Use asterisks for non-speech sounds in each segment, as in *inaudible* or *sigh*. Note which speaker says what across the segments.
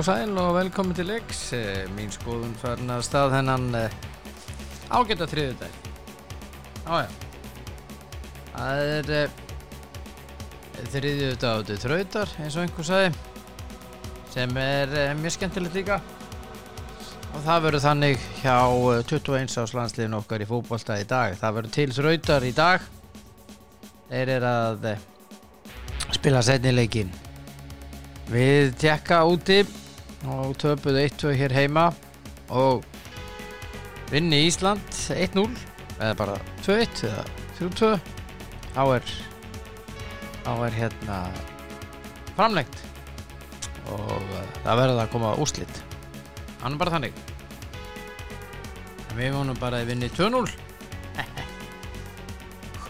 Speaker 1: eh, velkomin til leiks, eh, mín skoðun farin að stað hennan eh, ágæta þriðu dag. Ája, það er eh, þriðju dag áttu þrautar eins og einhver sagði, sem er eh, mjög skemmtilegt líka. Og það verður þannig hjá eh, 21 árs landsliðin okkar í fótbolta í dag. Það verður til þrautar í dag. Þeir eru að eh, spila setni leikinn. Við tjekka úti og töpuðu 1-2 hér heima og vinni Ísland 1-0 eða bara 2-1 eða 3-2 þá er þá er hérna framlengt og eh, það verður að koma úrslit hann er bara þannig En við vonum bara að vinni *laughs* 2-0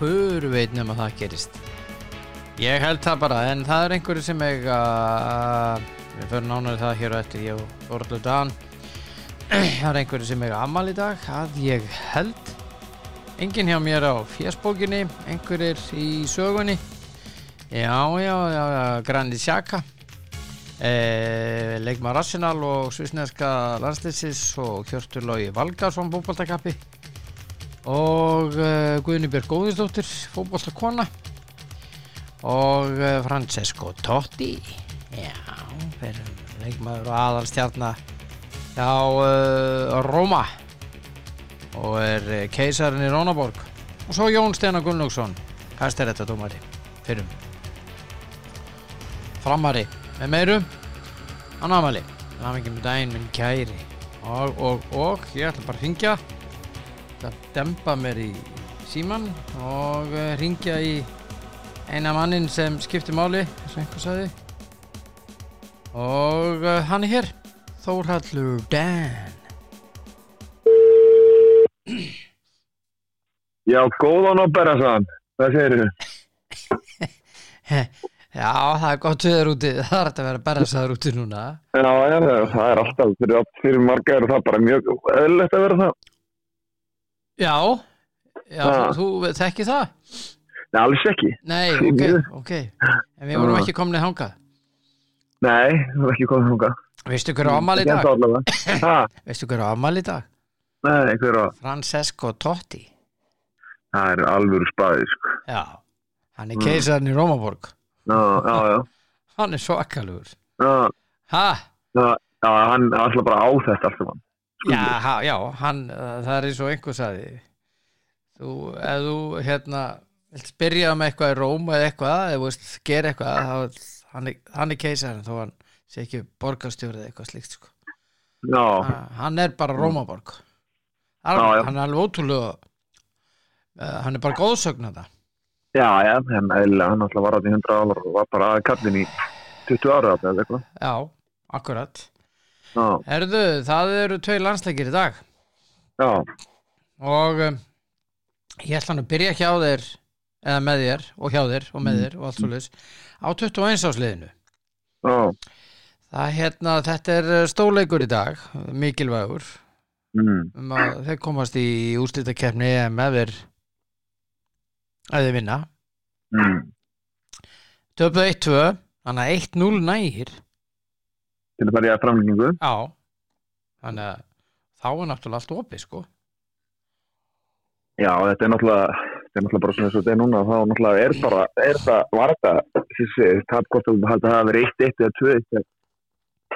Speaker 1: hver veit nema það gerist Ég held það bara, en það er einhverju sem eiga Við fyrir nánar í það hér og eftir ég og Orlu Dan *clears throat* Það er einhverju sem eiga ammal í dag að ég held Engin hjá mér á fjersbókinni einhverjir í sögunni Já, já, já, já Grandi Sjaka eh, Leikma Rational og Svísneska landslýsins og Kjörturlógi Valgarsson fótboltakappi og eh, Guðni Björg Góðisdóttir fótboltakona og eh, Francesco Totti já, fyrir leikmaður og aðalstjarnar já, uh, Róma og er eh, keisarinn í Rónaborg og svo Jón Steinar Gunnlaugsson hæstarétta dómari fyrir framari með meiru hann ámali hamingjum með daginn minn kæri og, og, og ég ætla bara að hringja ætla að dempa mér í síman og uh, hringja í eina mannin sem skiptir máli eins og einhver sagði og uh, hann er hér Þórhallur Dan
Speaker 2: Já, góðan og berra sann. Það segir þau.
Speaker 1: Já, það er gott viður úti *laughs* það er hægt að vera berðsaður úti núna
Speaker 2: Já, já, já, það er alltaf fyrir, fyrir marga eru það bara mjög eðlilegt að vera það.
Speaker 1: Já, já,
Speaker 2: Ha.
Speaker 1: þú þekki það?
Speaker 2: Nei, alls ekki.
Speaker 1: Nei,
Speaker 2: Því
Speaker 1: ok,
Speaker 2: miður.
Speaker 1: ok En við vorum
Speaker 2: Ha.
Speaker 1: ekki komnið þangað
Speaker 2: Nei, það er ekki komið þunga.
Speaker 1: Veistu hver á afmæli í dag?
Speaker 2: Ha,
Speaker 1: Veistu hver á afmæli í dag?
Speaker 2: nei, hver á?
Speaker 1: Francesco Totti
Speaker 2: Það er alvöru spaði, sko.
Speaker 1: Já, hann er keisarinn í Rómaborg
Speaker 2: Já, já, já.
Speaker 1: Hann er svakalugur
Speaker 2: Já,
Speaker 1: Ha?
Speaker 2: já, já, hann er alltaf bara á þetta alltaf mann.
Speaker 1: Já, ha, já hann, uh, það er eins og einhver sagði þú, ef þú hérna, vilt byrja með eitthvað í Róm eða eitthvað, eða þú veist, ger eitthvað þá, hann, er- hann er keisarinn þó hann sé ekki borgarstjórið eitthvað slíkt sko.
Speaker 2: Já, Mm.
Speaker 1: ha, hann er bara Rómaborg hann,
Speaker 2: Já, já.
Speaker 1: hann er alveg ótrúlega uh, hann er bara góðsögn þetta
Speaker 2: já, já, en eðlilega, hann alltaf var átt í 100 álar og var bara að kallin í 20 ára átt eða eitthvað.
Speaker 1: já, akkurat
Speaker 2: Já,
Speaker 1: Herðu, það eru tvei landsleikir í dag
Speaker 2: já,
Speaker 1: og um, ég ætla hann að byrja hjá þér eða með þér og hjá þér og með þér og allt svolítið á 21 ásliðinu
Speaker 2: já,
Speaker 1: það er hérna, þetta er eh, stórleikur í dag mikilvægur
Speaker 2: mm,
Speaker 1: um að þeir komast í úrslitakeppni með þér að þeir vinna
Speaker 2: mm.
Speaker 1: töpuð 1-2, þannig að 1-0 nægir
Speaker 2: Til að fara í að framlýningu.
Speaker 1: já þannig að þá er náttúrulega allt opið sko
Speaker 2: Já, þetta er náttúrulega, þetta er náttúrulega bara svona eins og þetta er núna, þá náttúrulega er bara, er það, var þetta, þessi tapkort að halda það að vera 1-1 eða 2-1,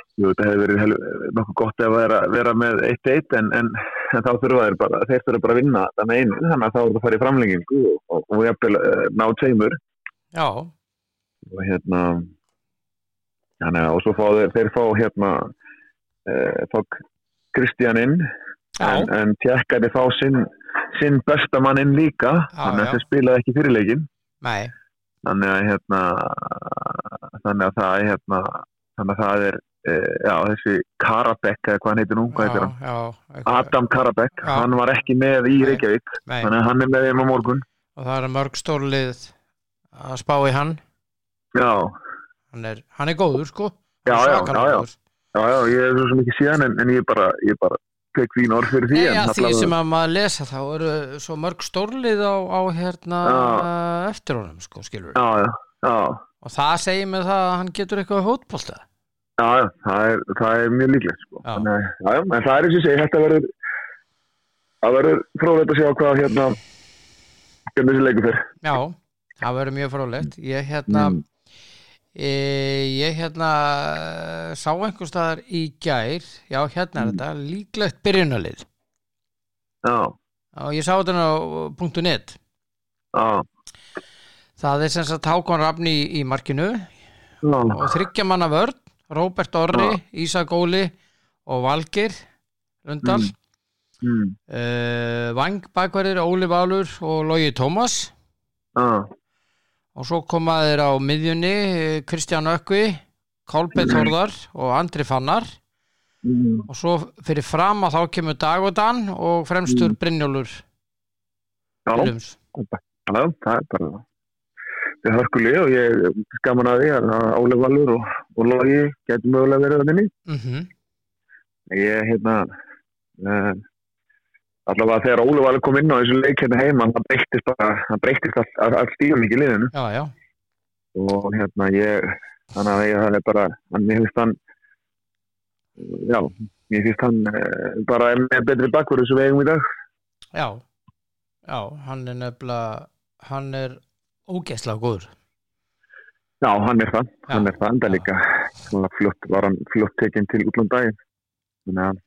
Speaker 2: jú, þetta hefur verið hel, nokkuð gott að vera, vera með 1-1, en, en, en þá þurfa þeir bara, þeir þurfa bara að vinna þannig einu, þannig að þá er það að fara í framlengingu og, og, og jafnvel eh, ná tveimur
Speaker 1: já,
Speaker 2: og hérna, þannig að, og svo fá þeir, þeir fá hérna, eh, fá Kristján inn,
Speaker 1: já,
Speaker 2: en, en tjekkari fá sinn, sinn besta mann inn líka
Speaker 1: Já,
Speaker 2: þannig
Speaker 1: já.
Speaker 2: að það spilaði ekki fyrirleikin
Speaker 1: nei
Speaker 2: þannig að hérna þannig að það er hérna þannig að það er e, já, þessi Karabekk eða hvað hann heitir nú hvað heitir
Speaker 1: já,
Speaker 2: hann?
Speaker 1: já, eitthvað-
Speaker 2: Adam Karabekk,
Speaker 1: Já.
Speaker 2: hann var ekki með í
Speaker 1: Nei.
Speaker 2: Reykjavík,
Speaker 1: nei.
Speaker 2: þannig að hann er með þeim á morgun
Speaker 1: og það er mörg stórlið að spá í hann
Speaker 2: já,
Speaker 1: hann er, hann er góður sko
Speaker 2: Já,
Speaker 1: Hann er
Speaker 2: já,
Speaker 1: svakalega
Speaker 2: já, já.
Speaker 1: góður.
Speaker 2: já, já, ég er svo sem ekki síðan en, en ég bara, ég bara tek þín orð fyrir því
Speaker 1: Nei,
Speaker 2: en
Speaker 1: já, því
Speaker 2: allavega-
Speaker 1: sem að maður lesa þá eru svo mörg stórlið á, á hérna
Speaker 2: Já.
Speaker 1: eftir honum sko skilur
Speaker 2: já, já, já,
Speaker 1: og það segir mig það að hann getur eitthvað hótbolta
Speaker 2: Já, já, það er, það er mjög líklegt sko.
Speaker 1: Já.
Speaker 2: Þannig að- Já, já, en það er eins og ég segi, þetta verður það verður frólægt að sjá hvað hérna hvernig þessi leikur fyrr.
Speaker 1: Já, það verður mjög frólægt. Ég hérna,
Speaker 2: Mm.
Speaker 1: e, ég hérna eh, sá einhver staðar í gær, já hérna er þetta, líklegt byrjunalið.
Speaker 2: Já,
Speaker 1: Og ég sá þetta nú á punktu .net.
Speaker 2: já,
Speaker 1: Það er sem sagt Hákon Rafni í, í markinu
Speaker 2: já,
Speaker 1: og þryggja manna vörn, Róbert Orri,
Speaker 2: Já.
Speaker 1: Ísak Óli og Valgir Lundal.
Speaker 2: Mm. mm,
Speaker 1: Uh, Vang bakverðir Óli Valur og Logi Tómas
Speaker 2: já,
Speaker 1: og svo koma þeir á miðjunni eh, Kristján Ökvi, Kolbett Þorðar og Andri Fannar
Speaker 2: mm,
Speaker 1: og svo fyrir fram að þá kemur Dagodan og fremstur
Speaker 2: Mm.
Speaker 1: Brynjólur
Speaker 2: já, já,
Speaker 1: Willums.
Speaker 2: já, það er bara það. Það er hörkuleg og ég skaman að því að Óli Valur og, og Logi getur mögulega verið að minni.
Speaker 1: Mhm.
Speaker 2: Ég, hérna, uh, allavega þegar Óli Valur kom inn á þessu leik hérna heima, það breyttist bara, það breyttist allt, allt, allt stíðum ekki liðinu.
Speaker 1: Já, já,
Speaker 2: og hérna ég þannig að ég það er bara hann, mér finnst hann já, mér finnst hann eh, bara er með betri bakverðu sem við eigum í dag
Speaker 1: já Já, hann er nefnilega hann er ógeðslega góður
Speaker 2: já, hann er það,
Speaker 1: Já,
Speaker 2: hann er það enda
Speaker 1: já.
Speaker 2: líka svona fljótt, var hann fljótt tekinn til útlandagi þannig að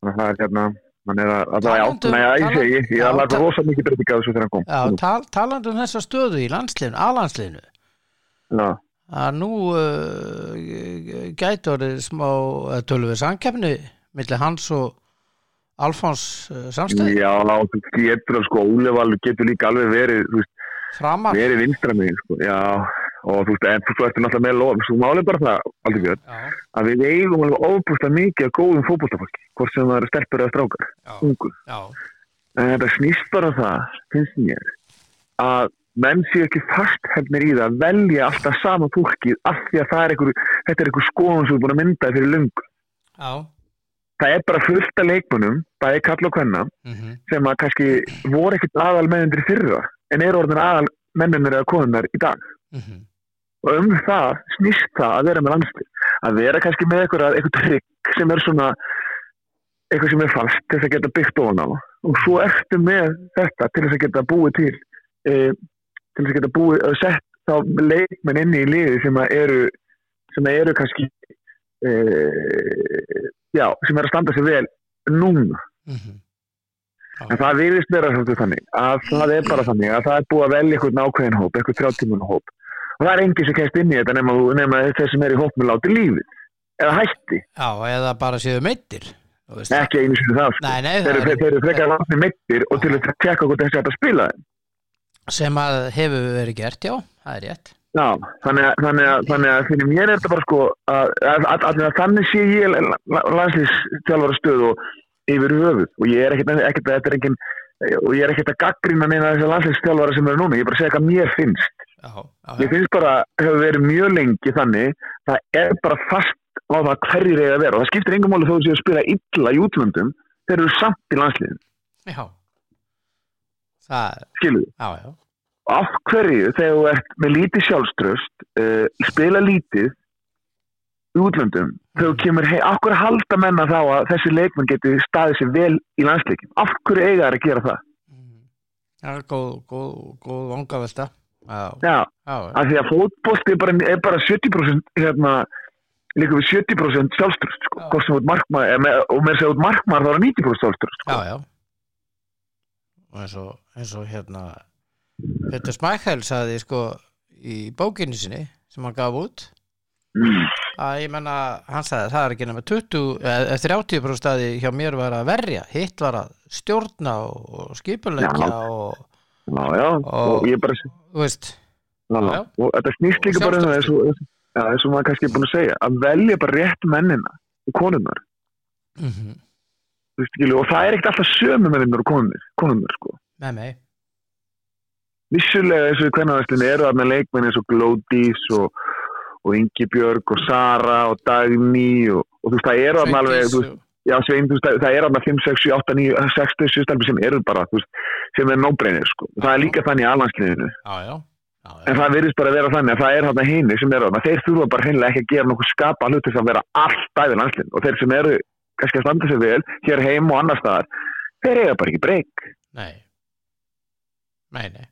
Speaker 2: þannig að það er hérna hann er að, að það er
Speaker 1: Talandi um-
Speaker 2: átna, já, ég segi ég,
Speaker 1: já,
Speaker 2: ég
Speaker 1: ta-
Speaker 2: lagði rosa mikið breytinga þessu þegar hann kom
Speaker 1: Já, tal, talandi um þessa stöðu í landsliðinu, aðlandsliðinu
Speaker 2: já,
Speaker 1: að nú uh, gæti orðið smá tölvið samkeppni milli hans og Alfons uh, samstæði
Speaker 2: já, þú getur það, sko, Úlefal getur líka alveg verið, þú veist
Speaker 1: framar
Speaker 2: verið vinstra megin sko. já, og þú veist, en þú ertu náttúrulega með lof, svo málið bara það, aldrei björn
Speaker 1: Já,
Speaker 2: að við eigum alveg ofbústa mikið að góðum fótbóltafólki, hvort sem það eru stelpur eða strákar,
Speaker 1: já,
Speaker 2: ungu
Speaker 1: já,
Speaker 2: en þetta snýst bara um það, finnst mér að menn séu ekki fasthefnir í það að velja alltaf sama fólkið af því að það er einhver þetta er einhver skoðun sem er búin að mynda fyrir lungu
Speaker 1: já
Speaker 2: það er bara fullt af leikmunum, bæði kall og kvenna
Speaker 1: mhm,
Speaker 2: sem að kannski voru ekkert aðal mennundir fyrra en eru orðin aðal mennundir eða konunnar í dag
Speaker 1: mhm,
Speaker 2: og um það snýst það að vera með landslið að vera kannski með eitthvað, eitthvað trygg sem er svona eitthvað sem er falskt til þess að geta byggt ofan á og svo ertu með þetta til þess að geta búið til e, til þess að geta búið að sett þá leikmenn inni í liði sem að eru sem að eru kannski e, já, sem er að standa sér vel núna
Speaker 1: mhm.
Speaker 2: en það virðist vera svolítið þannig að það er bara þannig að það er búið að velja eitthvað nákvæðin hóp, eitthvað þrjáttímun hóp og það er enginn sem kemst inn í þetta nema, þú- nema þeir sem er í hópnum láti lífið eða hætti,
Speaker 1: Já, eða bara séu meittir þú veist.
Speaker 2: ekki einu sinni það sko.
Speaker 1: Nei, nei,
Speaker 2: þeir,
Speaker 1: það
Speaker 2: eru- þeir eru frekar látni mittir og til að tjekka hvort þessi hægt að spila þeim
Speaker 1: sem að hefur verið gert, já, það er rétt
Speaker 2: Já, þannig að, þannig að, þannig að fyrir mér er þetta bara sko að, að, að, að þannig sé ég landslýstjálfara stöð og yfir höfuð og ég er ekkert, ekkert að þetta er engin og ég er ekkert að gaggrina neina þessi landslýstjálfara sem eru núna, ég er bara að segja hvað mér finnst
Speaker 1: Já, já,
Speaker 2: Ég
Speaker 1: já,
Speaker 2: finnst bara, hefur verið mjög lengi þannig, það er bara fast á það hverjir eiga að vera og það skiptir engum máli þó að séu að spila illa í útlöndum, þeir eru samt í landsliðin,
Speaker 1: já. Það,
Speaker 2: skiljuðu.
Speaker 1: já, já
Speaker 2: Og Af hverju þegar þú ert með lítið sjálfströst, uh, spila lítið í útlöndum, þegar þú kemur heim, af hverju halda menna þá að þessi leikmenn geti staðið sér vel í landsleikin? Af hverju eiga þær að gera það?
Speaker 1: Mhm. Já, góð, góð, góð vangavelta Já,
Speaker 2: Já,
Speaker 1: já, já
Speaker 2: af því að fótbolti er bara, er bara 70% hérna, líka við 70% sjálfströst sko.
Speaker 1: Já.
Speaker 2: hvort sem út markmaður eða með- og með þess að út markmaður þá er það 90% sjálfströst sko.
Speaker 1: já, já og eins og, eins og hérna Petur Smækæl sagði sko í bókinni sinni sem hann gaf út
Speaker 2: mm.
Speaker 1: að ég menna, hann sagði það er ekki nema 20, eða 30 staði hjá mér var að verja, hitt var að stjórna og, og skipulegja
Speaker 2: Já.
Speaker 1: og,
Speaker 2: já, já. og ég bara
Speaker 1: þú veist
Speaker 2: já, já.
Speaker 1: Já.
Speaker 2: og þetta snýst líka
Speaker 1: Og
Speaker 2: bara um það eins og já, eins og maður kannski er búin að segja að velja bara rétt mennina og konunnar
Speaker 1: mm
Speaker 2: þú veist, skilur, og það er ekkert alltaf sömu menninnar og konunnar, konunnar sko.
Speaker 1: með mig
Speaker 2: vissulega eins og í kvennarvæslinni eru þarna leikmenn eins og Glódís og, og Ingibjörg og Sara og Dagný og, og þú veist, það eru þarna alveg þú veist,
Speaker 1: Sveindís,
Speaker 2: Já, svein, þú veist, það- það er alveg 5, 6, 7, 8, 9, 6, 7 stelpur sem eru bara, þú veist, sem er nóbreinir, sko. Það er líka þannig í alhansliðinu.
Speaker 1: já, já, já,
Speaker 2: En það virðist bara að vera þannig að það er þarna hini sem eru þarna. Þeir þurfa bara hreinlega ekki að gera nokkuð skapa hluti sem vera alltaf í landslinn. Og þeir sem eru kannski að standa sér vel hér heim og annar staðar, þeir eiga bara ekki breyk.
Speaker 1: nei Nei, nei,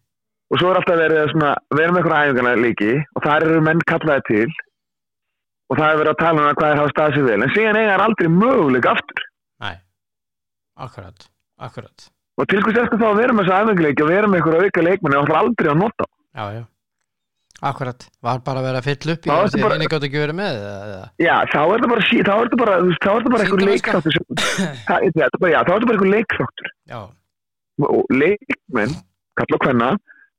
Speaker 2: Og svo er alltaf verið að svona, vera með eitthvað æfingarna líki og þar eru menn kallaði til og það er verið að tala um að hvað þeir hafa staðið sér vel. En síðan eiga er aldrei möguleik aftur.
Speaker 1: nei Akkurat, akkurat
Speaker 2: Og til hvers eftir þá að vera með þessa æfingarleiki og vera með eitthvað auka leikmenni og alltaf aldrei að nota. þá.
Speaker 1: Já, já Akkurat, var bara að vera að fylla upp í
Speaker 2: Já,
Speaker 1: það
Speaker 2: þetta
Speaker 1: því að
Speaker 2: bara-
Speaker 1: henni gátt ekki verið með eða- eða-
Speaker 2: Já, þá er þetta bara, sí- þá er þetta bara, þú veist, þá er þetta bara eitthvað
Speaker 1: Sýndarmennska.
Speaker 2: leikþáttur sem, það, já, þetta er bara- já, þá er þetta bara eitthvað leikþáttur.
Speaker 1: Já,
Speaker 2: og leikmenn, kalla og hvenna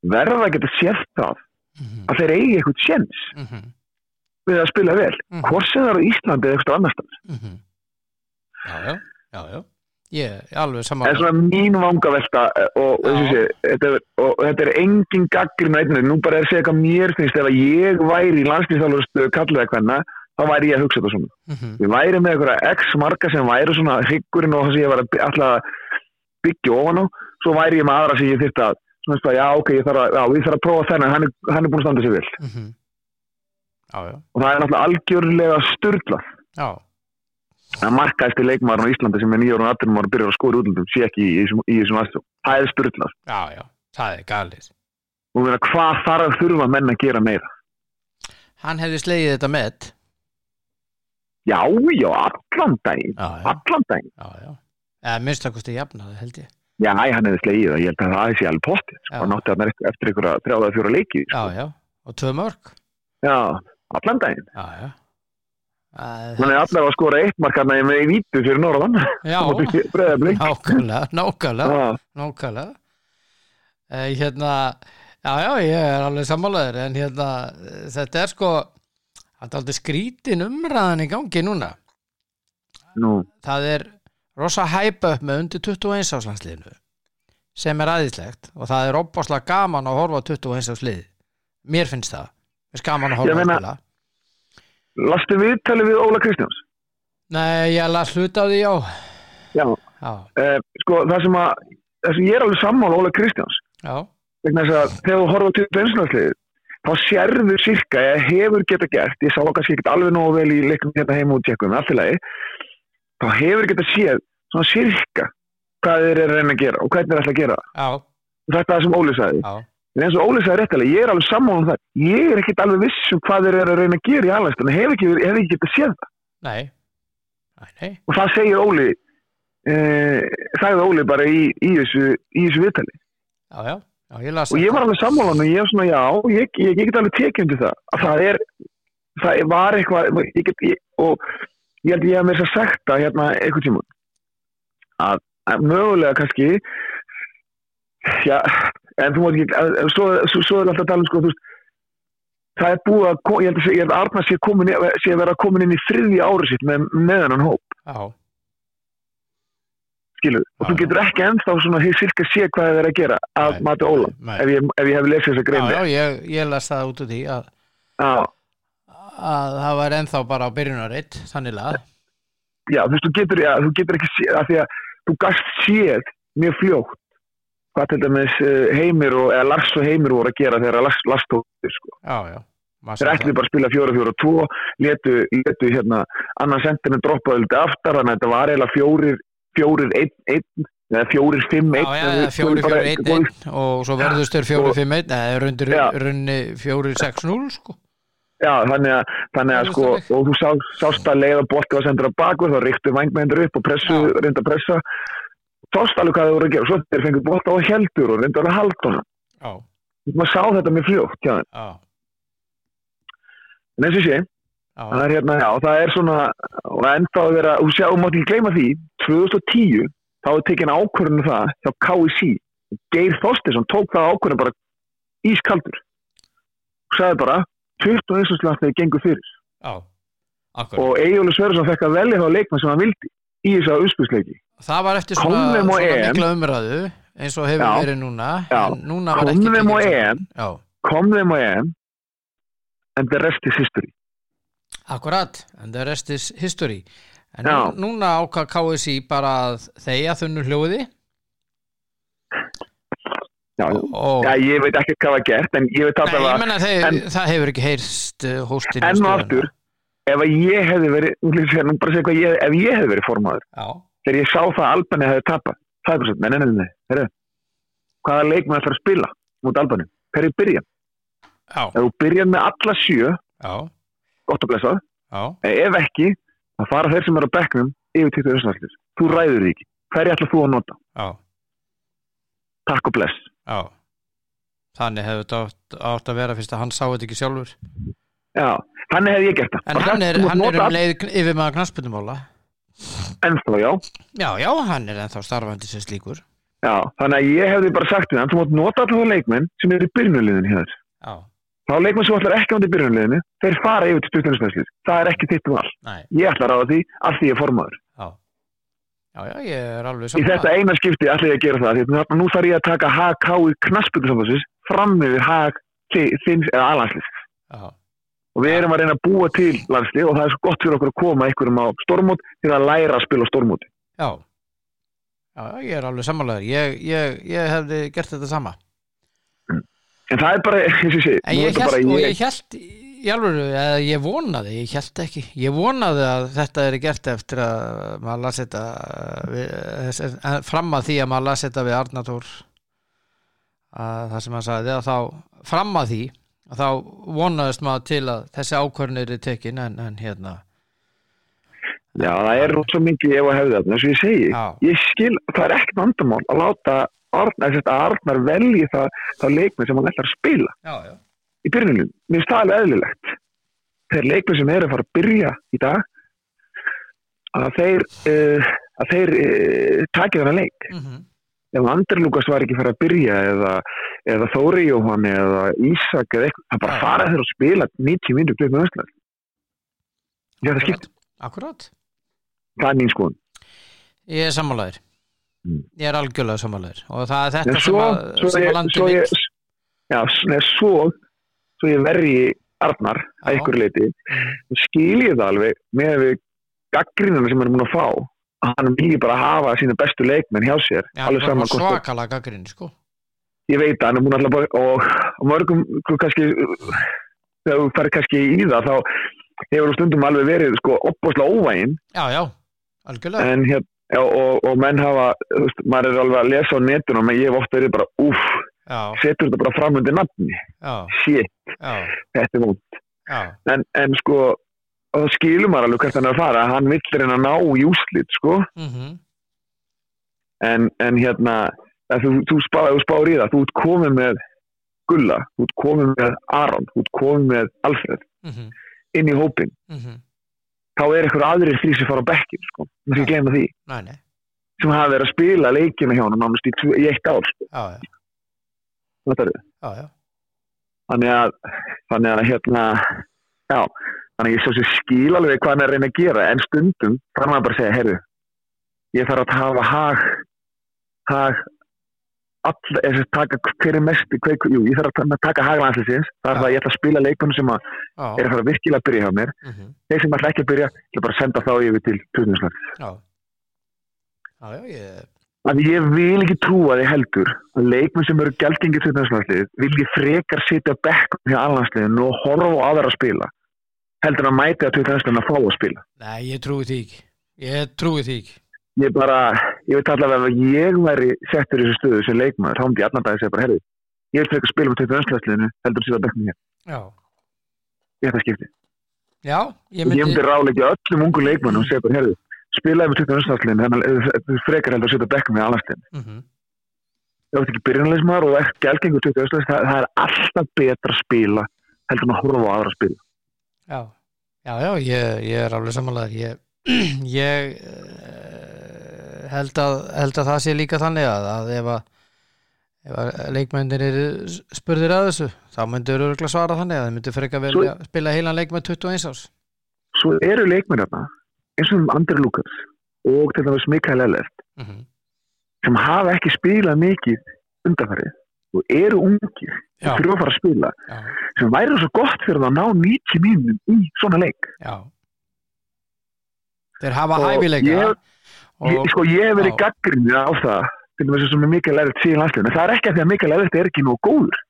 Speaker 2: verða að geta sért það
Speaker 1: mhm,
Speaker 2: að þeir eigi eitthvað sjens
Speaker 1: mhm,
Speaker 2: við að spila vel,
Speaker 1: Mhm.
Speaker 2: hvort sem það er á Íslandi eða eitthvað annars staðar.
Speaker 1: mhm Já, já, já, já Ég er alveg
Speaker 2: Það
Speaker 1: saman
Speaker 2: er svona mín vangavelta eh, og, og,
Speaker 1: Já.
Speaker 2: þessi, þetta er, og þetta er engin gaggrinn einnig, nú bara er að segja eitthvað mér finnst ef að ég væri í landslýstálur kallaði hvenna, þá væri ég að hugsa þetta svona
Speaker 1: Mhm,
Speaker 2: ég væri með einhverja x marga sem væri svona hryggurinn og það sem ég var að by- ætla að byggja ofan á, svo væri ég með aðra sem ég þyrfti að, svona veist það, já ok, ég þarf að, já, ég þarf að prófa þennan, hann er, hann er búin að standa sér vel
Speaker 1: mhm Já, já,
Speaker 2: og það er náttúrulega algjörlega sturdlað
Speaker 1: já
Speaker 2: að markaðistir leikmaður á Íslandi sem er nýjórn og 18 ára byrjar að skora í útlöndum sé ekki í þessum, í þessum aðstofn. Það er sturdlað.
Speaker 1: Já, já, það er galið
Speaker 2: Og meina, hvað þarf þurfa menn að gera meira?
Speaker 1: Hann hefði slegið þetta með
Speaker 2: Já, já, allan daginn.
Speaker 1: Já, já,
Speaker 2: Allan daginn.
Speaker 1: já, já Eða minnst að kosti jafnaði held ég
Speaker 2: Já, æ, hann hefði slegið það. Ég held að það sé alveg pottið. Sko.
Speaker 1: Já.
Speaker 2: Hann átti hann eftir einhverja 34 leikið. Sko.
Speaker 1: Já, já, og tvö mörg
Speaker 2: Já. allan daginn.
Speaker 1: Já, já Að-
Speaker 2: Hann hefði allavega að skora eitt markarna með í vítu fyrir Norðan. *laughs*
Speaker 1: Já,
Speaker 2: Breiðablik.
Speaker 1: nákvæmlega, nákvæmlega
Speaker 2: Já.
Speaker 1: Nákvæmlega eh, Hérna, já já, ég er alveg sammálaður en hérna, eh, þetta er sko þetta er aldrei skrítin umræðan í gangi núna
Speaker 2: Nú,
Speaker 1: það er rosa hæpa upp með undir 21 áslandsliðinu sem er aðeinslegt og það er opaslega gaman að horfa á 21 áslið mér finnst það, mér finnst gaman að
Speaker 2: Ég
Speaker 1: horfa
Speaker 2: meina-
Speaker 1: að
Speaker 2: lastu viðtalið við Óla Kristjáns.
Speaker 1: Nei, ég las hluta á því, já
Speaker 2: Já.
Speaker 1: Já,
Speaker 2: Eh, sko, það sem að, það sem ég er alveg sammála Óla Kristjáns.
Speaker 1: já,
Speaker 2: vegna þess að þegar þú horfður til bensinarslið þá sérðu sirka eða hefur geta gert, ég sá kannski ekkert alveg nógu vel í leikum hérna heim og tjekkum allirlegi, þá hefur geta séð svona sirka hvað þeir eru að reyna að gera og hvernig þeir ætla að gera það.
Speaker 1: já,
Speaker 2: Og þetta er það sem Óli sagði
Speaker 1: já
Speaker 2: en eins og Óli sagði réttilega, ég er alveg sammála um það ég er ekkert alveg viss um hvað þeir eru að reyna að gera í aðlæst, en hefur ekki, hef ekki geta séð það
Speaker 1: Nei, nei, nei
Speaker 2: og það segir Óli eh, sagði Óli bara í, í, þessu, í þessu viðtali
Speaker 1: Já, já, já, ég las
Speaker 2: og ég
Speaker 1: þetta.
Speaker 2: var alveg sammálan og ég var svona já, ég, ég, ég get alveg tekið undir það að það er, það var eitthvað ég get, ég, og ég held ég hef mér þess að sagt það hérna einhvern tíma að, að mögulega kannski já, en þú mátt ekki að, að, svo, svo, svo er alltaf að tala um sko þú veist það er búið að, ko- ég held að, sé- ég held að Arna sé, komin, í- sé að vera komin inn í þriðja ári sitt með, með hennan hóp,
Speaker 1: Já,
Speaker 2: skiluðu og þú
Speaker 1: Já.
Speaker 2: getur ekki ennþá svona hér sirka sé hvað það er að gera að
Speaker 1: Nei.
Speaker 2: mati Óla
Speaker 1: nei
Speaker 2: ef ég, ef ég hef lesið þessa
Speaker 1: Já,
Speaker 2: greinu
Speaker 1: já, ég, ég las það út úr því að,
Speaker 2: já,
Speaker 1: að það var ennþá bara á byrjunaritt, þannig lað.
Speaker 2: já, þú veist, þú getur, já, þú getur ekki séð, af því að þú gast séð mjög fljótt hvað til dæmis eh, Heimir og, eða Lars og Heimir voru að gera þegar Lars, Lars tóttir, sko.
Speaker 1: Já, já. maður
Speaker 2: Þeir
Speaker 1: sá
Speaker 2: ætluðu bara að spila 4-4-2, letu, letu hérna, annan sendinu droppaði lítið aftar, þannig að þetta var eiginlega 4-4-1-1, eða 4-5-1.
Speaker 1: Já, já, eða fjóri, fjóri, einn, einn og svo verðust þér fjóri,
Speaker 2: og-
Speaker 1: fimm, einn eða rundir,
Speaker 2: Já.
Speaker 1: runni fjóri, sex, núl, sko.
Speaker 2: Já, þannig að, þannig að
Speaker 1: Fjórir
Speaker 2: sko,
Speaker 1: stafir.
Speaker 2: og þú sá, sást að leiða bolti var sendur á bakvör, þá ríktu vængmennir upp og pressu,
Speaker 1: Já.
Speaker 2: reynda að pressa sást alveg hvað þau voru að gera, svo þeir fengið bolta og heldur og reynda að halda hana
Speaker 1: Já,
Speaker 2: maður sá þetta mjög fljótt, já,
Speaker 1: já,
Speaker 2: en eins og sé það
Speaker 1: já,
Speaker 2: er hérna, já, það er svona og ennþá að vera, og sjá, og mátt ekki gleyma því 2010, þá er tekin ákvörðinu það hjá KIC Geir Þorstinsson tók það ákvörðinu bara ískaldur og sagði bara, 21. landsliði gengur fyrir
Speaker 1: já, akkur.
Speaker 2: og Egilur Sverðarsson fekk að velja þá leikmann sem hann vildi í þess að uppspilsleiki
Speaker 1: Það var eftir svona,
Speaker 2: Komum og
Speaker 1: svona
Speaker 2: EM.
Speaker 1: mikla umræðu eins og hefur
Speaker 2: Já.
Speaker 1: verið núna.
Speaker 2: Já.
Speaker 1: en Núna var ekki
Speaker 2: Komum og
Speaker 1: tekið- Já,
Speaker 2: kom þeim á EM en the rest is history
Speaker 1: akkurat, and the rest is history. En
Speaker 2: Já.
Speaker 1: nú- núna ákvað KSI bara að þeia þunnu hljóði
Speaker 2: já, já.
Speaker 1: og,
Speaker 2: Já, ég veit ekki hvað var gert, en ég veit
Speaker 1: nei, ég
Speaker 2: alltaf að
Speaker 1: menna þeir,
Speaker 2: en-
Speaker 1: það hefur ekki heyrst uh, hóstinn í
Speaker 2: enn og
Speaker 1: stöðuna.
Speaker 2: aftur, ef að ég hefði verið, útlýsfjörnum, bara segja hvað ég, ef ég hefði verið formaður,
Speaker 1: Já,
Speaker 2: þegar ég sá það að Albani hefði tapað, það er bara svona, nei, nei, nei, nei, herru, hvaða leikmaður þarf að spila mútið Albani? Hver er byrjan?
Speaker 1: já,
Speaker 2: Ef þú byrjar með alla sjö,
Speaker 1: já,
Speaker 2: gott að blessað,
Speaker 1: já,
Speaker 2: en Eh, ef ekki, þá fara þeir sem eru á bekknum yfir til þau össnarslýs. Þú ræður því ekki. Hverju ætla þú að nota?
Speaker 1: já,
Speaker 2: Takk og bless.
Speaker 1: já. Þannig hefur þetta átt, átt að vera fyrst að hann sá þetta ekki sjálfur.
Speaker 2: Já, þannig hef ég gert það.
Speaker 1: En
Speaker 2: Bara
Speaker 1: hann
Speaker 2: sagt,
Speaker 1: er,
Speaker 2: þú mátt
Speaker 1: hann er
Speaker 2: nota
Speaker 1: um leið yfir maður knarspunumála.
Speaker 2: allt Ennþá, já.
Speaker 1: Já, já, hann er ennþá starfandi sem slíkur.
Speaker 2: Já, þannig að ég hefði bara sagt við hann, þú mátt nota allavega leikmenn sem eru í byrjunarliðin hér.
Speaker 1: Já,
Speaker 2: Þá leikmenn sem ætlar ekki að vera í byrjunarliðinu, þeir fara yfir til stjórnarnarslýs. Það er ekki þitt val.
Speaker 1: næ,
Speaker 2: Ég ætla að ráða því að því ég er formaður.
Speaker 1: já. Já, já, ég er alveg
Speaker 2: Í
Speaker 1: sammála.
Speaker 2: þetta eina skipti ætla ég að gera það, því að nú þarf ég að taka HK í knaspundusambassins fram yfir HK þins eða alanslýs.
Speaker 1: Já,
Speaker 2: og við erum að reyna að búa til landslið og það er svo gott fyrir okkur að koma einhverjum á stormót til að læra að spila á stormóti
Speaker 1: já. Já, já, ég er alveg sammálaður. Ég, ég, ég hefði gert þetta sama.
Speaker 2: en það er bara, *laughs* eins og ég sé
Speaker 1: En
Speaker 2: nú
Speaker 1: ég
Speaker 2: er þetta
Speaker 1: held,
Speaker 2: bara
Speaker 1: og
Speaker 2: ég,
Speaker 1: ég held, í alvöru, eða ég vonaði, ég held ekki. Ég vonaði að þetta er gert eftir að maður las þetta, við, þess- en fram að því að maður las þetta við Arnatór, að það sem hann sagði, að þá, fram að því, að þá vonaðist maður til að þessi ákvörn eru tekin, en, en hérna,
Speaker 2: já, það er rosa mikið ef að hefði þarna, eins og ég segi
Speaker 1: Já.
Speaker 2: ég skil, það er ekkert vandamál að láta Arnar, að Arnar velji það, það leikmið sem hann ætlar að spila
Speaker 1: já, já,
Speaker 2: í byrjunum, mér finnst það alveg eðlilegt þeir leikmenn sem eru að fara að byrja í dag að þeir uh, að þeir uh, taki þennan leik
Speaker 1: mhm,
Speaker 2: ef Andri Lukas var ekki farið að byrja eða, eða Þóri Jóhann eða Ísak eða eitthvað, það bara
Speaker 1: Já.
Speaker 2: fara þeir að spila 90 minnum upp með Ísland Já, það skipt,
Speaker 1: akkurat, akkurat.
Speaker 2: það er mín skoðun
Speaker 1: Ég er sammálaður.
Speaker 2: Mm.
Speaker 1: Ég er algjörlega sammálaður. Og það er
Speaker 2: En
Speaker 1: þetta
Speaker 2: svo,
Speaker 1: sem að,
Speaker 2: svo,
Speaker 1: sem að
Speaker 2: ég,
Speaker 1: landi
Speaker 2: svo ég Já, s- nei, svo svo ég verði Arnar að
Speaker 1: Já. Mm.
Speaker 2: ykkur leiti skil ég það alveg með við gaggrínuna sem hann er múin að fá að hann vilji bara hafa sína bestu leikmenn hjá sér
Speaker 1: Já,
Speaker 2: alveg
Speaker 1: það
Speaker 2: saman
Speaker 1: var
Speaker 2: hvort að-
Speaker 1: svakalega gaggrinni, sko.
Speaker 2: ég veit að hann er múin alltaf bara og og mörgum sko, kannski þegar þú ferð kannski í það þá hefur þú stundum alveg verið sko opbosla óvægin
Speaker 1: Já, já, algjörlega.
Speaker 2: en hér já, og, og menn hafa, þú veist, maður er alveg að lesa á netunum en ég hef ofta verið bara úff,
Speaker 1: Já,
Speaker 2: setur þetta bara fram undir nafni
Speaker 1: já,
Speaker 2: shit,
Speaker 1: já,
Speaker 2: þetta er vond
Speaker 1: já,
Speaker 2: en, en sko, og það skilur maður alveg hvert hann er að fara, hann vill reyna að ná í úslit sko,
Speaker 1: mhm,
Speaker 2: en, en hérna ef þú, þú, spá, ef þú spáir í það, þú ert komin með Gulla, þú ert komin með Aron, þú ert komin með Alfred
Speaker 1: mhm,
Speaker 2: inn í hópin,
Speaker 1: mhm,
Speaker 2: þá er eitthvað aðrir því sem fara á bekkin, sko, maður
Speaker 1: Já.
Speaker 2: ekki glemma því
Speaker 1: næ, næ,
Speaker 2: sem hafa verið að spila leikina hjá hann nánast í, tvö- í eitt ár, sko,
Speaker 1: já, já,
Speaker 2: þetta er
Speaker 1: já, já,
Speaker 2: þannig að, þannig að hérna, já, þannig að ég svo sem skil alveg hvað hann er að reyna að gera en stundum, þarf maður bara að segja, herru ég þarf að hafa hag hag all, eða sem taka hver er mest hver, jú, ég þarf að taka hag landslisins það er
Speaker 1: Já.
Speaker 2: það að ég ætla að spila leikunum sem að
Speaker 1: já,
Speaker 2: er að fara virkilega að byrja hjá mér
Speaker 1: mhm,
Speaker 2: þeir sem ætla ekki að byrja, ég ætla bara að senda þá yfir til 2000
Speaker 1: já, já, já, ég,
Speaker 2: að ég vil ekki trúa því heldur að leikmenn sem eru gælgengið til næstlandslið vilji frekar sitja bekk hjá allandsliðinu og horfa á aðra að spila heldur en að mæti að til næstlandin að fá að spila
Speaker 1: næ, ég trúi því ekki, ég trúi því ekki,
Speaker 2: ég bara, ég veit allavega ef ég væri settur í þessu stöðu sem leikmaður þá myndi ég allan dag að segja bara, herri, ég vil frekar spila með til næstlandsliðinu heldur en sitja bekk mér
Speaker 1: já,
Speaker 2: í þetta skipti,
Speaker 1: já, ég
Speaker 2: ég
Speaker 1: myndi,
Speaker 2: myndi ráleika öllum ungu leikmennum og segja bara, herri spilaði með 20. önsnarsliðin, þannig að frekar heldur að setja bekkum í alansliðin.
Speaker 1: mhm,
Speaker 2: Ef þetta ekki byrjunleismar og ekki algengur 20. önsnarsliðin, það, það er alltaf betra að spila heldur en að horfa á aðra að spila.
Speaker 1: já, já, já, ég, ég er alveg samanlegaður, ég, *clears throat* ég eh, held að, held að það sé líka þannig að, að ef að, ef að leikmennir eru spurðir að þessu, þá myndur örgulega svara þannig að þeir myndu frekar velja að spila heilan leik með 21 árs,
Speaker 2: svo eru leikmennarna eins og Andri Lukas og til dæmis Mikael Ellert
Speaker 1: mhm,
Speaker 2: sem hafa ekki spilað mikið undanfarið og eru ungir og
Speaker 1: Já.
Speaker 2: þurfa að fara að spila
Speaker 1: já,
Speaker 2: sem væri svo gott fyrir það að ná 90 mínum í svona leik
Speaker 1: Já Þeir hafa
Speaker 2: Og
Speaker 1: hæfileika
Speaker 2: ég-
Speaker 1: og,
Speaker 2: ég, sko ég hef verið
Speaker 1: Já.
Speaker 2: gaggrinni á það til þess að sem er mikil erfitt síðan landsliðinu, en það er ekki að því að mikil erfitt er ekki nógu góður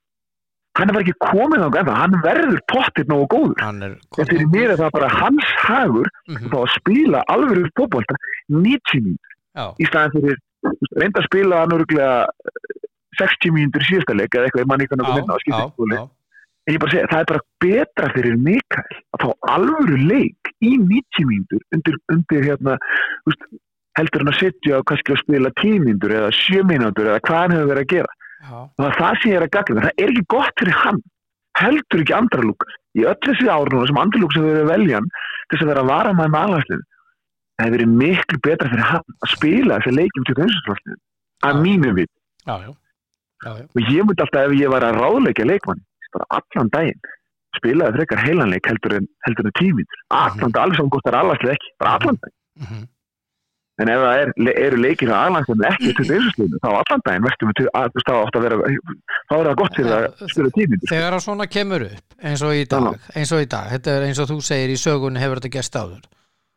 Speaker 2: hann er bara ekki komið þá en hann verður pottir nógu góður
Speaker 1: Hann er
Speaker 2: en fyrir mér er það bara hans hagur
Speaker 1: Mhm,
Speaker 2: þá að spila alveg fótbolta 90 mín
Speaker 1: Já,
Speaker 2: í staðan fyrir reynda að spila hann öruglega 60 mínútur í síðasta leik eða eitthvað, ég man ekki hvernig að minna á
Speaker 1: já,
Speaker 2: skiptingskóli
Speaker 1: já,
Speaker 2: en ég bara segja, það er bara betra fyrir Mikael að fá alvöru leik í 90 mínútur undir, undir hérna, þú veist, heldur hann að setja og kannski að spila 10 mínútur eða 7 mínútur eða hvað hann hefur verið að gera
Speaker 1: já,
Speaker 2: það er það sem ég er að gagna, það er ekki gott fyrir hann heldur ekki andra lúkas í öll þessi ár núna sem andra lúkas hefur verið að velja hann til þess að vera að vara maður með alhæslinn það hefur verið miklu betra fyrir hann að spila þessi leikum til þessu
Speaker 1: Já.
Speaker 2: að mínum við
Speaker 1: já, já, já, já,
Speaker 2: og ég myndi alltaf ef ég var að ráðleika leikmann bara allan daginn spilaði frekar heilanleik heldur en, heldur en tíminn allan dag, alveg saman hvort það er allarslega ekki bara allan daginn,
Speaker 1: mhm,
Speaker 2: en ef það er, le, eru leikir á allarslega ekki til þessu sliðinu, þá allan daginn verðum við til að þú veist, þá átt að vera þá er það gott fyrir að spila tíminn
Speaker 1: Þegar að svona kemur upp eins og í dag, eins og í dag þetta er eins og þú segir í sögunni hefur þetta gerst áður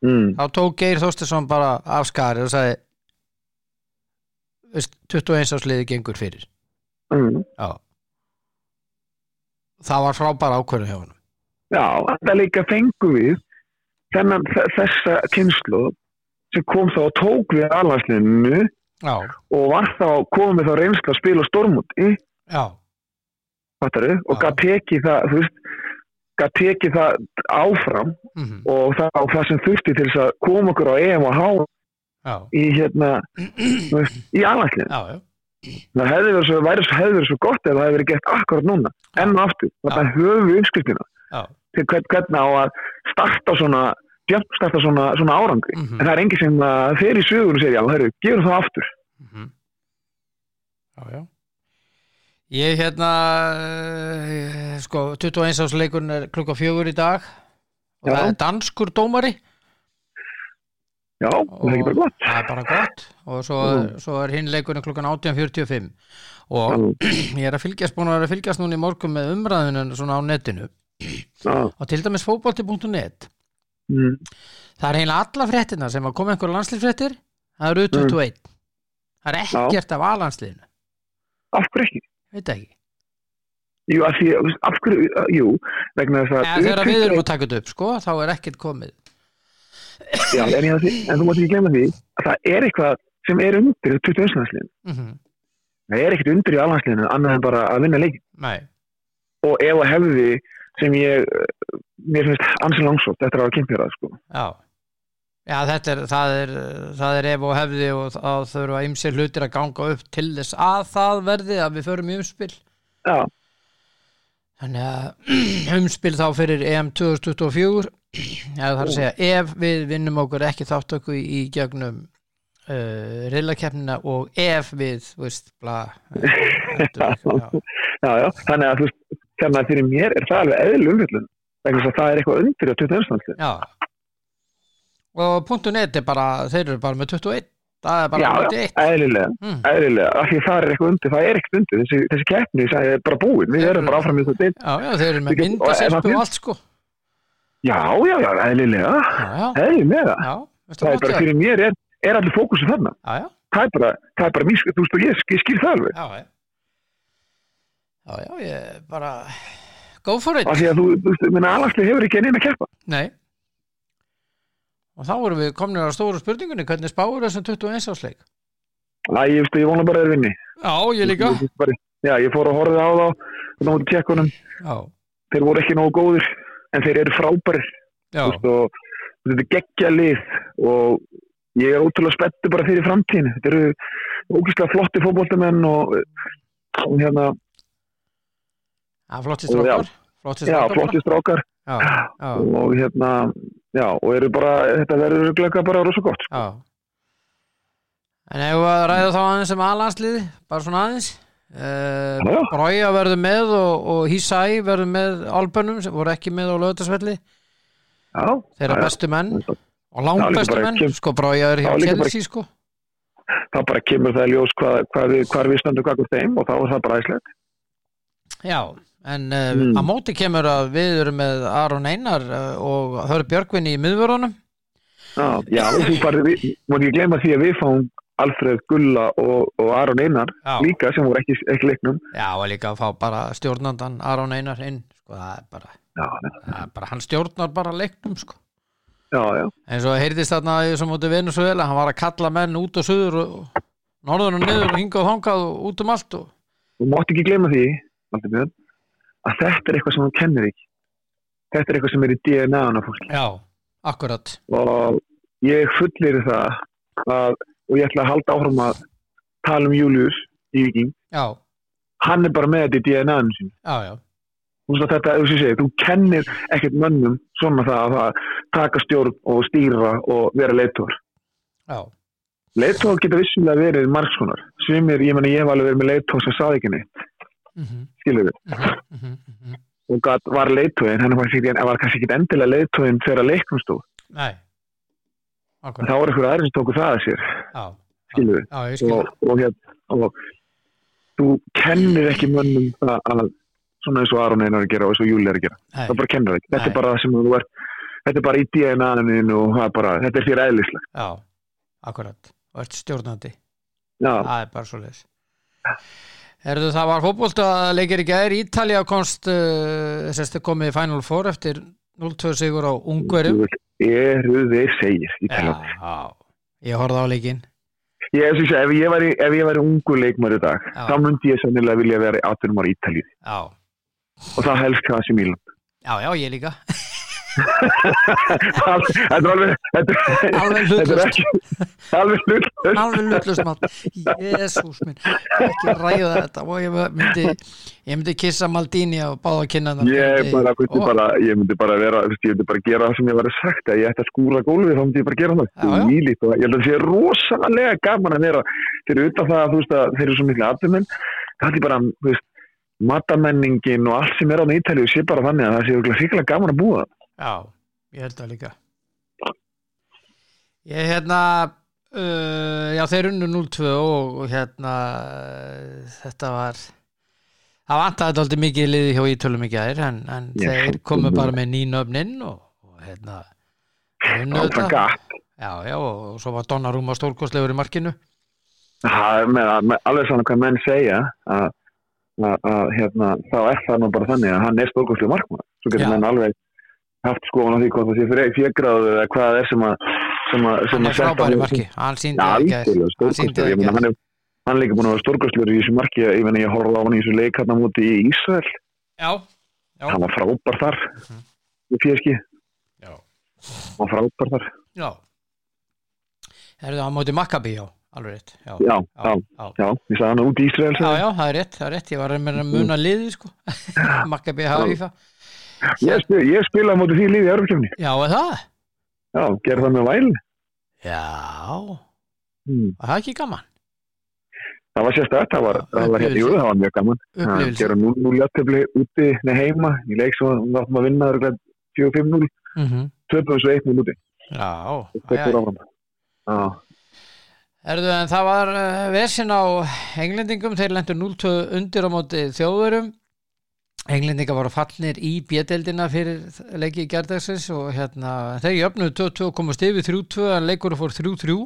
Speaker 2: mm,
Speaker 1: þá tók Geir Þorstinsson bara af skari og sagði veist, 21 ásliði gengur fyrir
Speaker 2: mm,
Speaker 1: já. það var frábæra ákvörðun hjá hann
Speaker 2: já, þetta leika fengum við þennan, þe- þessa kynslu sem kom þá og tók við allarsleginu
Speaker 1: já,
Speaker 2: og var þá komið þá reynsla að spila á stórmúti
Speaker 1: já,
Speaker 2: fattaru, og
Speaker 1: Já.
Speaker 2: gæt tekið það þú veist, gæt tekið það áfram
Speaker 1: mhm,
Speaker 2: og það, og það sem þurfti til þess að koma okkur á EM og H
Speaker 1: já
Speaker 2: í hérna þú veist, í alætlinn.
Speaker 1: já, já,
Speaker 2: Það hefði verið svo, væri, svo- hefði verið svo gott ef það hefði verið gett akkurat núna,
Speaker 1: Já.
Speaker 2: enn og aftur þannig
Speaker 1: Já.
Speaker 2: að höfum við uppskriftina
Speaker 1: Já.
Speaker 2: til hvern, hvernig á að starta svona jumpstarta svona, svona árangri
Speaker 1: Mhm.
Speaker 2: en það er engin sem að þeir í sögunum segja, já, hörru, gefur það aftur
Speaker 1: mhm. já, já ég hérna eh, sko 21 ásleikun er klukka fjögur í dag og
Speaker 2: Já.
Speaker 1: það er danskur dómari
Speaker 2: já, það er ekki bara gott
Speaker 1: það er bara gott og svo,
Speaker 2: Mm.
Speaker 1: svo er hinn leikurinn klukkan 18.45 og
Speaker 2: Já,
Speaker 1: ég er að fylgjast búin að vera að fylgjast núna í morgun með umræðunum svona á netinu
Speaker 2: já,
Speaker 1: og til dæmis fótbolti.net
Speaker 2: mm,
Speaker 1: það er heila alla fréttina sem að koma einhver landslýfréttir það eru 21 það er ekkert af aðlandslýfinu
Speaker 2: af hverju ekki
Speaker 1: veit ekki,
Speaker 2: Jú, af því, þú veist, af hverju, uh, jú, vegna þess að...
Speaker 1: eða þegar við erum að taka þetta upp sko, þá er ekkert komið
Speaker 2: Já, en, ég, en þú mátt ekki glemma því að það er eitthvað sem er undir 21. landsliðinu.
Speaker 1: mm
Speaker 2: Það er ekkert undir í alhansliðinu annað en bara að vinna leikin.
Speaker 1: nei,
Speaker 2: Og ef að hefði sem ég, eh, mér finnst ansi langsótt eftir að hafa kynnt þér að sko.
Speaker 1: já Já, þetta er, það er, það er ef og hefði og það þurfa ymsir hlutir að ganga upp til þess að það verði að við förum í umspil.
Speaker 2: Já,
Speaker 1: Þannig að *clears throat* umspil þá fyrir EM 2024 *clears throat* eða þar að segja ef við vinnum okkur ekki þáttöku í, í gegnum uh, rillakeppnina og ef við, þú veist, bla
Speaker 2: Já. já, já. Þannig að þú veist, þannig að fyrir mér er það alveg eðl umfjöldun. Vegna þess að það er eitthvað undir á 21. *laughs* landsliðinu.
Speaker 1: Já og punktu net er bara þeir eru bara með 21 það er bara
Speaker 2: Já, já.
Speaker 1: 21
Speaker 2: Eðlilega,
Speaker 1: Mm,
Speaker 2: eðlilega. Af því það er eitthvað undir, það er ekkert undir. Þessi, þessi keppni það er bara búin. Við erum bara áfram í þetta deild.
Speaker 1: já, já, þeir eru
Speaker 2: Við
Speaker 1: með
Speaker 2: getum- og
Speaker 1: myndasirku
Speaker 2: ef að-
Speaker 1: og allt sko
Speaker 2: Já, já, já, eðlilega.
Speaker 1: Já, já,
Speaker 2: Eðlilega.
Speaker 1: já, veistu
Speaker 2: Það
Speaker 1: það
Speaker 2: er bara
Speaker 1: gott ég?
Speaker 2: fyrir mér er, er allir fókusin þarna.
Speaker 1: Já, já,
Speaker 2: það er bara, það er bara mín, þú veist og ég, ég skil það alveg
Speaker 1: já, já Já, já, ég bara go for it
Speaker 2: af því að þú, þú veist, minna alagslið hefur ekki neina að keppa
Speaker 1: Nei Og þá erum við komin að stóru spurningunni hvernig spáur þessum 21 ásleik
Speaker 2: Æ, ég veist, ég vona bara að þeir vinni
Speaker 1: Já, ég líka
Speaker 2: Ég- ég- bara, Já, ég fór að horfa á þá og náðu tjekkunum,
Speaker 1: Já,
Speaker 2: þeir voru ekki nógu góðir en þeir eru frábærir
Speaker 1: já,
Speaker 2: þú veist, og þetta er geggja lið og ég er ótrúlega spettu bara fyrir framtíðin þetta eru ógeðslega flotti fótboltamenn og, og hérna,
Speaker 1: já flottist
Speaker 2: og já.
Speaker 1: rákar Flottist
Speaker 2: já,
Speaker 1: rákar
Speaker 2: flotti strákar
Speaker 1: Já, já,
Speaker 2: og hérna, já, og eru bara þetta verður glega bara rosa gott
Speaker 1: já En ef við að ræða þá aðeins um aðlandsliði bara svona aðeins
Speaker 2: Já,
Speaker 1: uh,
Speaker 2: já,
Speaker 1: Brója verður með og, og Hísæ verður með albönum sem voru ekki með á lögutasvelli
Speaker 2: já,
Speaker 1: þeirra
Speaker 2: já, já.
Speaker 1: bestu menn og
Speaker 2: Já, líka
Speaker 1: langbestu
Speaker 2: bara
Speaker 1: menn
Speaker 2: kem-
Speaker 1: sko Brója er hjá
Speaker 2: Já, líka bara-
Speaker 1: Chelsea sko
Speaker 2: það bara kemur það í ljós hvað, hvað, við, hvað við stöndum hvað úr þeim og þá er það bara æslegt.
Speaker 1: Já, en uh,
Speaker 2: Mm.
Speaker 1: að móti kemur að við erum með Aron Einar uh, og Hör Björgvin í miðvörunum
Speaker 2: Já, já og þú bara, við, maður ekki gleyma því að við fáum Alfreð Gulla og, og Aron Einar
Speaker 1: Já.
Speaker 2: líka sem voru ekki, ekki í leiknum
Speaker 1: Já, og líka að fá bara stjórnandan Aron Einar inn, sko, það er bara,
Speaker 2: Já,
Speaker 1: það er bara hann stjórnar bara leiknum, sko.
Speaker 2: já, já,
Speaker 1: eins og heyrðist þarna í þessum móti Venezuela, hann var að kalla menn út og suður og norðun og niður og hingað og þangað og út um allt og
Speaker 2: þú mátt ekki gleyma því Valdi Björn, að þetta er eitthvað sem hann kennir ekki þetta er eitthvað sem er í DNA-una fólki
Speaker 1: já, akkurat
Speaker 2: og ég fullir það að, og ég ætla að halda áfram að tala um Július í Viking,
Speaker 1: já, hann
Speaker 2: hann er bara með þetta í DNA-num sín
Speaker 1: já, já,
Speaker 2: þú veist að þetta, þú segir, þú kennir ekkert mönnum svona það að það taka stjórn og stýra og vera leittúr
Speaker 1: já,
Speaker 2: leittúr geta vissulega verið margskonar sem er, ég meni, ég hef alveg verið með leittúr sem saði ekki neitt,
Speaker 1: mhm,
Speaker 2: skilur við
Speaker 1: mhm, mhm, mhm.
Speaker 2: og gat, var leittúrin, hann var, ekki, var kannski ekki endilega leittúrin þegar leiknum stóð
Speaker 1: nei
Speaker 2: en
Speaker 1: akkurat,
Speaker 2: þá voru ykkur aðeins sem tóku það að sér,
Speaker 1: já,
Speaker 2: skilur við
Speaker 1: já, ég skil
Speaker 2: og, og, hér, og þú kennir ekki mönnum það að svona eins og Aron einar að gera og eins og Júli er að gera
Speaker 1: nei,
Speaker 2: það bara kennir það ekki, þetta
Speaker 1: Nei.
Speaker 2: er bara það sem þú ert þetta er bara í DNA-inu og það er bara þetta er þér eðlislegt
Speaker 1: já, akkurat og ert stjórnandi,
Speaker 2: já,
Speaker 1: það er bara svo leis Erðu það var fótbolt að leikir í gær Ítalja komst uh, sérstu komið í Final Four eftir 0-2 sigur á Ungverum
Speaker 2: þú veist, eru þeir segir í
Speaker 1: Já,
Speaker 2: Tælandi.
Speaker 1: já, ég horfði á leikinn
Speaker 2: ég, ég, ég, ef, ég væri, ef ég væri ungu leikmar í dag
Speaker 1: Já.
Speaker 2: þá myndi ég sannilega vilja vera 18 ára í Ítalíu
Speaker 1: Já,
Speaker 2: og það helst hvað sem *laughs* ílum
Speaker 1: já, já, ég líka
Speaker 2: þetta er alveg þetta,
Speaker 1: Alveg
Speaker 2: þetta er
Speaker 1: hlutlust,
Speaker 2: ekki alveg hlutlust
Speaker 1: alveg hlutlust mann Jésús minn, ekki ræða þetta og ég myndi, ég myndi kissa Maldini og báða kynna
Speaker 2: Ég bara, myndi bara, ég myndi bara vera, þú veist, ég myndi bara gera það sem ég var sagt að ég ætti að skúra gólfið, þá myndi ég bara gera það.
Speaker 1: Já, já.
Speaker 2: Þvílíkt og- Ég held að það sé rosalega gaman að vera fyrir utan það að þú veist að þeir eru svo miklu afturmenn, það er bara, þú veist, matamenningin og allt sem er á með Ítalíu sé bara þannig að það sé örugglega hrikalega gaman að búa.
Speaker 1: Já, ég held það líka Ég hérna uh, Já, þeir unnu 0-2 og, og hérna uh, þetta var það vantaði þetta aldrei mikið í liði hjá ítölum í gær en, en
Speaker 2: Ég
Speaker 1: þeir
Speaker 2: held
Speaker 1: komu
Speaker 2: það.
Speaker 1: bara með nýnöfnin og, og hérna unnu
Speaker 2: Áfram
Speaker 1: þetta
Speaker 2: gatt.
Speaker 1: Já, já, og svo var Donnarúma stórkostlegur í markinu
Speaker 2: Það er með, með alveg svona hvað menn segja að, að, að hérna, þá er það nú bara þannig að hann er stórkostlega markmann. Svo getur
Speaker 1: Já.
Speaker 2: menn alveg haft skoðan á því hvort það sé fyrir fjögráðu eða hvað það er sem að sem að, sem
Speaker 1: hann
Speaker 2: að
Speaker 1: er frábær í
Speaker 2: hann-
Speaker 1: marki, hann síndi
Speaker 2: Já,
Speaker 1: það ekki
Speaker 2: algjörlega
Speaker 1: Hann sýndi það
Speaker 2: stórkostlega.
Speaker 1: í
Speaker 2: Ég meina,
Speaker 1: gær.
Speaker 2: Hann, er- hann er líka búin að vera stórkostlega í þessu marki. Ég, meina, ég horfði á hann í þessu leik hann á móti í Ísrael.
Speaker 1: já, Já. Mhm.
Speaker 2: Hann var frábær þar. Í PSG.
Speaker 1: já,
Speaker 2: Hann var frábær þar.
Speaker 1: já er það á móti Maccabi, já, alveg rétt já,
Speaker 2: Já, já,
Speaker 1: já,
Speaker 2: já. Ég sagði hann út í Ísrael.
Speaker 1: já, já, það er rétt, það er rétt ég var að meina að muna liði,
Speaker 2: *laughs*
Speaker 1: sko Maccabi Haifa,
Speaker 2: Ég, spil, ég spilaði á móti því lífið í Örfkjöfni.
Speaker 1: já, er það
Speaker 2: Já, gerði það með væl.
Speaker 1: já,
Speaker 2: Hmm.
Speaker 1: var það ekki gaman
Speaker 2: Það var sérstætt, það var,
Speaker 1: Já,
Speaker 2: það var,
Speaker 1: upplifun.
Speaker 2: jú, það var mjög gaman. Það
Speaker 1: upplifilsi,
Speaker 2: gera 0-0 játtöfli úti nei heima í leik sem við áttum að vinna örugglega 4-5-0,
Speaker 1: mm
Speaker 2: töpum svo 1-0 úti.
Speaker 1: já já,
Speaker 2: Þetta er
Speaker 1: já.
Speaker 2: áfram. Já,
Speaker 1: Erðu en það var eh, vesinn á englendingum, þeir lendur 0-2 undir á móti þjóðurum. Englendinga voru fallnir í bjedeldina fyrir leiki í gerðagsins og hérna, þeir jöfnuðu 2-2 og komast yfir 3-2 en leikur fór 3-3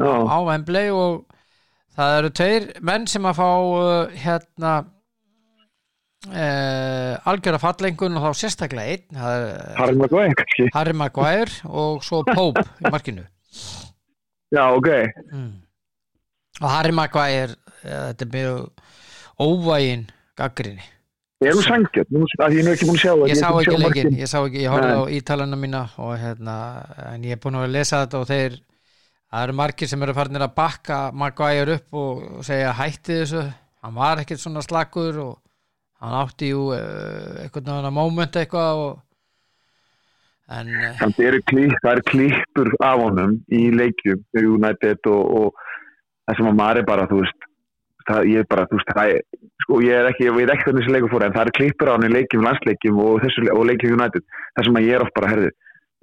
Speaker 2: já,
Speaker 1: á Wembley og það eru tveir menn sem að fá eh, hérna eh, algjöra fallengun og þá sérstaklega einn, það er
Speaker 2: Harry Maguire kannski.
Speaker 1: Harry Maguire og svo Pope í markinu.
Speaker 2: Já, ok.
Speaker 1: mm. og Harry Maguire ja, þetta er mjög óvægin gaggrinni,
Speaker 2: Ég er nú sangjörn, nú sé- af því ég er nú ekki múin að sjá það.
Speaker 1: ég sá
Speaker 2: er búinn að
Speaker 1: ekki
Speaker 2: sjá
Speaker 1: leikinn
Speaker 2: mörkin.
Speaker 1: ég sá ekki, ég horfði á ítalana mína og hérna, en ég er búin að vera að lesa þetta og þeir, það eru margir sem eru farinir að bakka Maguire upp og segja hætti þessu, hann var ekkert svona slakur og hann átti jú eh, einhvern veginn að moment eitthvað og en eh,
Speaker 2: Samt eru klí- Það eru klípur af honum í leikjum, United og, og það sem að maður er bara, þú veist, það, ég er bara, þú veist, það er, sko, ég er ekki, ég veit ekki hvernig þessi leikur fór, en það eru klípur á hann í leikjum, landsleikjum og, þessu, og leikjum United, það sem að ég er oft bara, herði,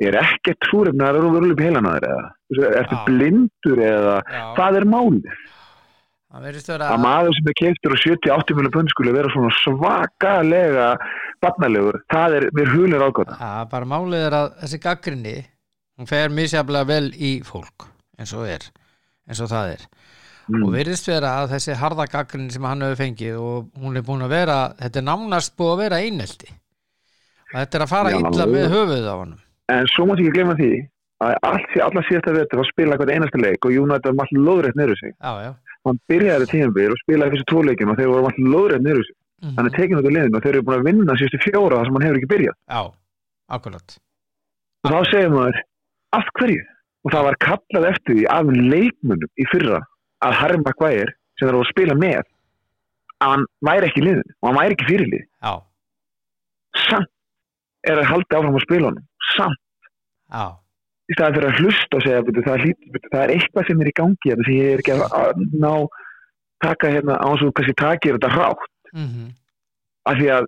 Speaker 2: ég er ekkert trúrefn að það eru verið upp heilan á þér eða, Þú veist, ertu
Speaker 1: Já.
Speaker 2: blindur eða,
Speaker 1: já,
Speaker 2: hvað er málið?
Speaker 1: hann verðist vera
Speaker 2: Að maður sem er keftur og 70-80 miljonar pund skulle vera svona svakalega barnalegur, það er, mér hulir ágóða.
Speaker 1: Já, bara málið er að þessi gaggrinni hún fer misjaflega vel í fólk eins og er eins og það er
Speaker 2: Mm.
Speaker 1: og virðist vera að þessi harða gaggrinni sem hann hefur fengið og hún er búin að vera þetta er nánast búið að vera einelti og þetta er að fara
Speaker 2: Já,
Speaker 1: illa
Speaker 2: alveg.
Speaker 1: með höfuðið á hann
Speaker 2: En svo mátt ekki glemma því að allt í alla síðasta vetur þá spilaði hvert einasta leik og United var alltaf lóðrætt neyru sig.
Speaker 1: já, já
Speaker 2: Hann byrjaði þetta tíðanbyrjur og spilaði fyrstu tvo leikina og þeir voru alltaf lóðrætt neyru sig.
Speaker 1: Mhm.
Speaker 2: Hann er tekinn út af liðinu og þeir eru búin að vinna síðustu fjóra þar sem hann hefur ekki byrjað.
Speaker 1: já, akkurat
Speaker 2: Og þá segir maður, af hverju? Og það var kallað eftir því af leikmunum í fyrra að Harry Maguire sem þeir voru að spila með að hann væri ekki í liðinu og hann væri ekki fyrir lið.
Speaker 1: já,
Speaker 2: Samt er að halda áfram að spila honum. Samt
Speaker 1: já,
Speaker 2: í staðan fyrir að hlusta og segja byrju, það, lít, byrju, það er eitthvað sem er í gangi þetta sem ég er ekki að- að ná taka hérna á þess að þú kannski takir þetta rátt
Speaker 1: mhm
Speaker 2: af því að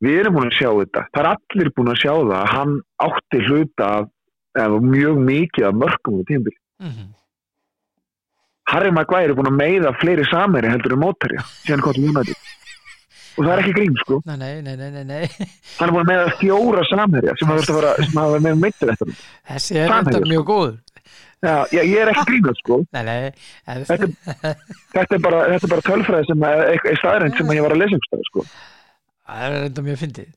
Speaker 2: við erum búin að sjá þetta það er allir búin að sjá það að hann átti hluta af, af mjög mikið af mörgum á tímbili
Speaker 1: mhm.
Speaker 2: Harry Maguire er búin að meiða fleiri sameri heldur en mótari síðan hvað til United og það er ekki grín sko
Speaker 1: Nei, nei, nei, nei, nei, nei. *laughs*
Speaker 2: hann er búin að meiða fjóra sameri sem hafa þurft að vera- sem hafa verið með meittur eftir hann
Speaker 1: Þessi er
Speaker 2: Samherjar,
Speaker 1: þetta mjög góður.
Speaker 2: Já, ég, ég er ekki grínast sko
Speaker 1: Nei, nei, en-
Speaker 2: Þetta þetta er bara, þetta er bara tölfræði sem að, e, e, staðrind sem að ég var að lesa um staði sko.
Speaker 1: það er þetta mjög fyndið.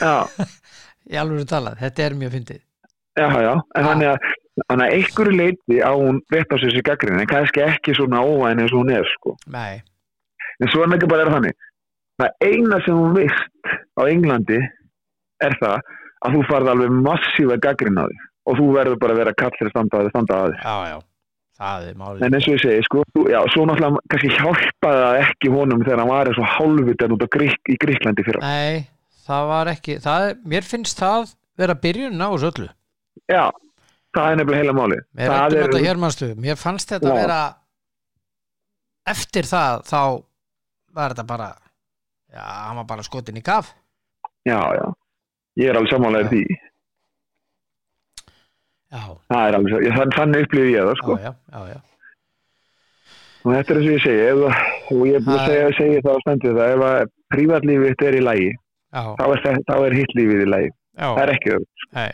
Speaker 2: já,
Speaker 1: Ég alveg er talað, þetta er mjög fyndið.
Speaker 2: já, já en þannig að, þannig að einhverju leiti á hún rétt á sér sér gaggrinni, en kannski ekki svona óvæn eins og hún er sko.
Speaker 1: Nei,
Speaker 2: en svo er hann ekki bara er þannig það eina sem hún veist á Englandi er það að þú farði alveg massífa gaggrin á þig og þú verður bara að vera kall fyrir standa að þig standa að þig
Speaker 1: já, já, það er málið.
Speaker 2: En eins og ég segi, sko, þú- já, svo náttúrulega kannski hjálpaði það ekki honum þegar hann var eins og hálfvitan út á Grík, í Gríklandi fyrir.
Speaker 1: Nei, það var ekki, það er, mér finnst það vera byrjun á þessu öllu.
Speaker 2: Já, það er nefnilega heila máli.
Speaker 1: Mér
Speaker 2: Það
Speaker 1: rættum
Speaker 2: er-
Speaker 1: þetta hér mannstu, mér fannst þetta
Speaker 2: Já.
Speaker 1: vera, eftir það, þá var þetta bara, já, hann var bara skotin í kaf.
Speaker 2: Já, já. Ég er alveg samanlega
Speaker 1: Já.
Speaker 2: því.
Speaker 1: Já,
Speaker 2: Það er alveg samanlega. Þann, þannig upplýði ég það, sko.
Speaker 1: já, já, já, já.
Speaker 2: Og þetta er eins og ég segi, ef, það- og ég er búin að
Speaker 1: Það
Speaker 2: segja, segja það á standið það, ef að prívatlífið þitt er í lægi,
Speaker 1: Já,
Speaker 2: þá er, það- þá er hitt lífið í lægi. Það
Speaker 1: já,
Speaker 2: er ekki öll.
Speaker 1: nei.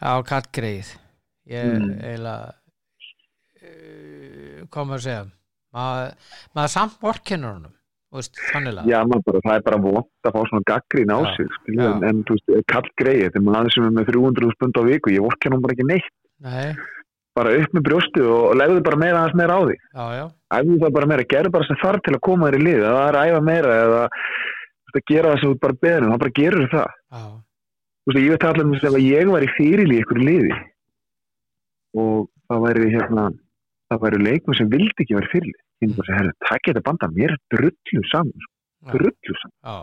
Speaker 1: Já, kattgreið. Ég mm.
Speaker 2: Mm.
Speaker 1: eiginlega, eh, hvað maður að segja, maður, maður samt vorkennur honum, þú veist, sannilega.
Speaker 2: Já, maður bara, það er bara vont að fá svona gaggrín á
Speaker 1: Já,
Speaker 2: sig, sko.
Speaker 1: já.
Speaker 2: En, en, þú veist, kall greið, þegar maður aðeins sem er með 300 pund á viku, ég vorkja nú bara ekki neitt.
Speaker 1: Nei,
Speaker 2: Bara upp með brjóstu og legðu bara meira aðeins meira á því.
Speaker 1: já, já,
Speaker 2: æfðu það bara meira, gerðu bara sem þarf til að koma þér í lið, það er að æfa meira eða þú veist, að gera það sem þú bara beðnum, það bara gerur það.
Speaker 1: já,
Speaker 2: Þú veist, ég veit allir með þess að ég var í fyrirlið ykkur liði og það væri hérna, það væri leikmenn sem vildi ekki vera í fyrirlið. Ég bara segi, herru, takk ég þetta banda, mér er drullu saman, sko,
Speaker 1: já,
Speaker 2: drullu saman.
Speaker 1: já.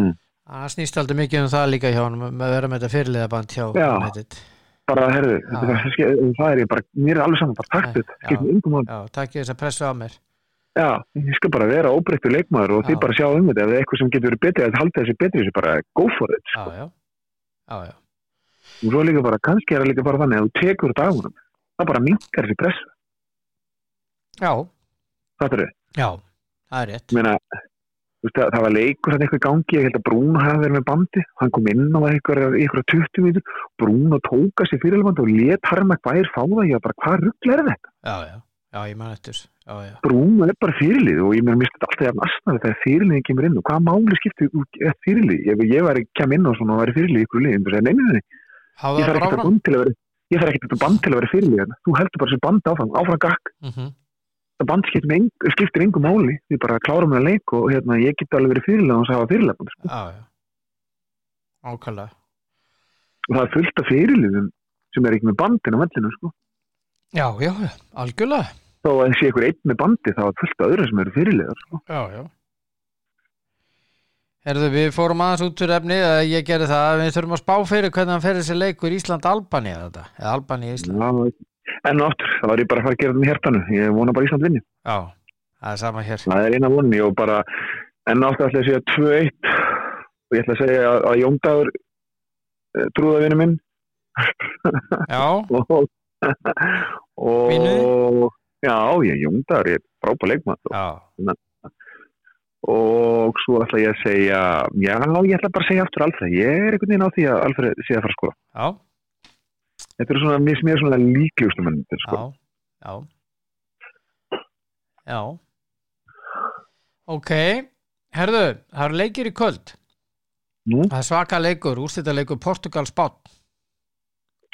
Speaker 2: Mm.
Speaker 1: Það snýst aldrei mikið um það líka hjá honum, með að vera með þetta fyrirliðaband hjá
Speaker 2: Já.
Speaker 1: United.
Speaker 2: Bara, herru,
Speaker 1: Já.
Speaker 2: þetta er bara- um, það er ég bara, mér er alveg saman, bara takk
Speaker 1: Nei,
Speaker 2: þetta,
Speaker 1: já.
Speaker 2: skiptum yngum hann.
Speaker 1: Já, takk ég þess að pressu á mér.
Speaker 2: Já, ég skal bara vera óbreyttu leikmaður og
Speaker 1: Já.
Speaker 2: þið bara sjá um þetta, ef það er eitthvað sem getur verið betri, að halda þessi betri, þessi bara go for it,
Speaker 1: Já,
Speaker 2: sko.
Speaker 1: já, já, já,
Speaker 2: og svo líka bara, kannski er það líka bara þannig að þú tekur þetta af honum, það bara minkar þessi pressa,
Speaker 1: já,
Speaker 2: það er þau,
Speaker 1: já, það er rétt.
Speaker 2: ég meina þú veist, það, það var leikur hann eitthvað í gangi, ég held að Brún hafi verið með bandi, hann kom inn og var eitthvað í eitthvað 20 mítur, Brún og tóka sér fyrirlefandi og let Harma Gvær fá það, ég var bara, hvað rugl er þetta?
Speaker 1: Já, já, já, ég man eftir, já, já,
Speaker 2: Brún er bara fyrirlið og ég mér misti þetta alltaf jafn asnar þegar fyrirliðin kemur inn og hvað máli skipti fyrirlið, ef ég var kem inn og svona og væri fyrirlið í ykkur liðin, þú segir, neina,
Speaker 1: hafa
Speaker 2: ég
Speaker 1: það
Speaker 2: þarf
Speaker 1: bara
Speaker 2: ekki þetta
Speaker 1: áfram.
Speaker 2: band til að vera, ég þarf ekki þetta band til að vera fyrirlið, þú heldur bara sér band áfram, áfram gakk,
Speaker 1: Mhm.
Speaker 2: það band skiptir, með eng- skiptir engu máli við bara klárum að leik og hérna, ég get alveg verið fyrirlega og það hafa fyrirlega band, sko.
Speaker 1: Já, já, ákvæmlega.
Speaker 2: og það er fullt af fyrirliðum sem er ekki með bandin á vellinu sko.
Speaker 1: Já, já, já, algjörlega.
Speaker 2: þó að sé ykkur einn með bandi þá er fullt af öðru sem eru fyrirlega sko.
Speaker 1: Já, já. Herðu, við fórum aðeins út úr efni, eða ég gerði það, við þurfum að spá fyrir hvernig hann fer þessi leikur Ísland-Albanía þetta, eða Albanía-Ísland.
Speaker 2: Já, en aftur, það var ég bara að fara að gera þetta með hjertanu ég vona bara Ísland vinni,
Speaker 1: Já, það er sama hér.
Speaker 2: það er eina vonni og bara, en aftur ætla ég að segja 2-1 og ég ætla að segja að, eh, að Jóndagur trúðavinu minn *laughs*
Speaker 1: Já,
Speaker 2: og,
Speaker 1: Vinur?
Speaker 2: og já, ég Jóndagur, ég er frábæð leikmann
Speaker 1: já,
Speaker 2: og svo ætla ég að segja já, ég ætla bara að segja aftur Alfred ég er einhvern veginn á því að Alfred sé að fara að skora
Speaker 1: já.
Speaker 2: sko. Þetta er svona, mér smýður svona líklegustu myndir, sko.
Speaker 1: Já, já Já Ok, herðu, það eru leikir í kvöld
Speaker 2: Nú?
Speaker 1: Það er svaka leikur, úrstæta leikur Portugal spátt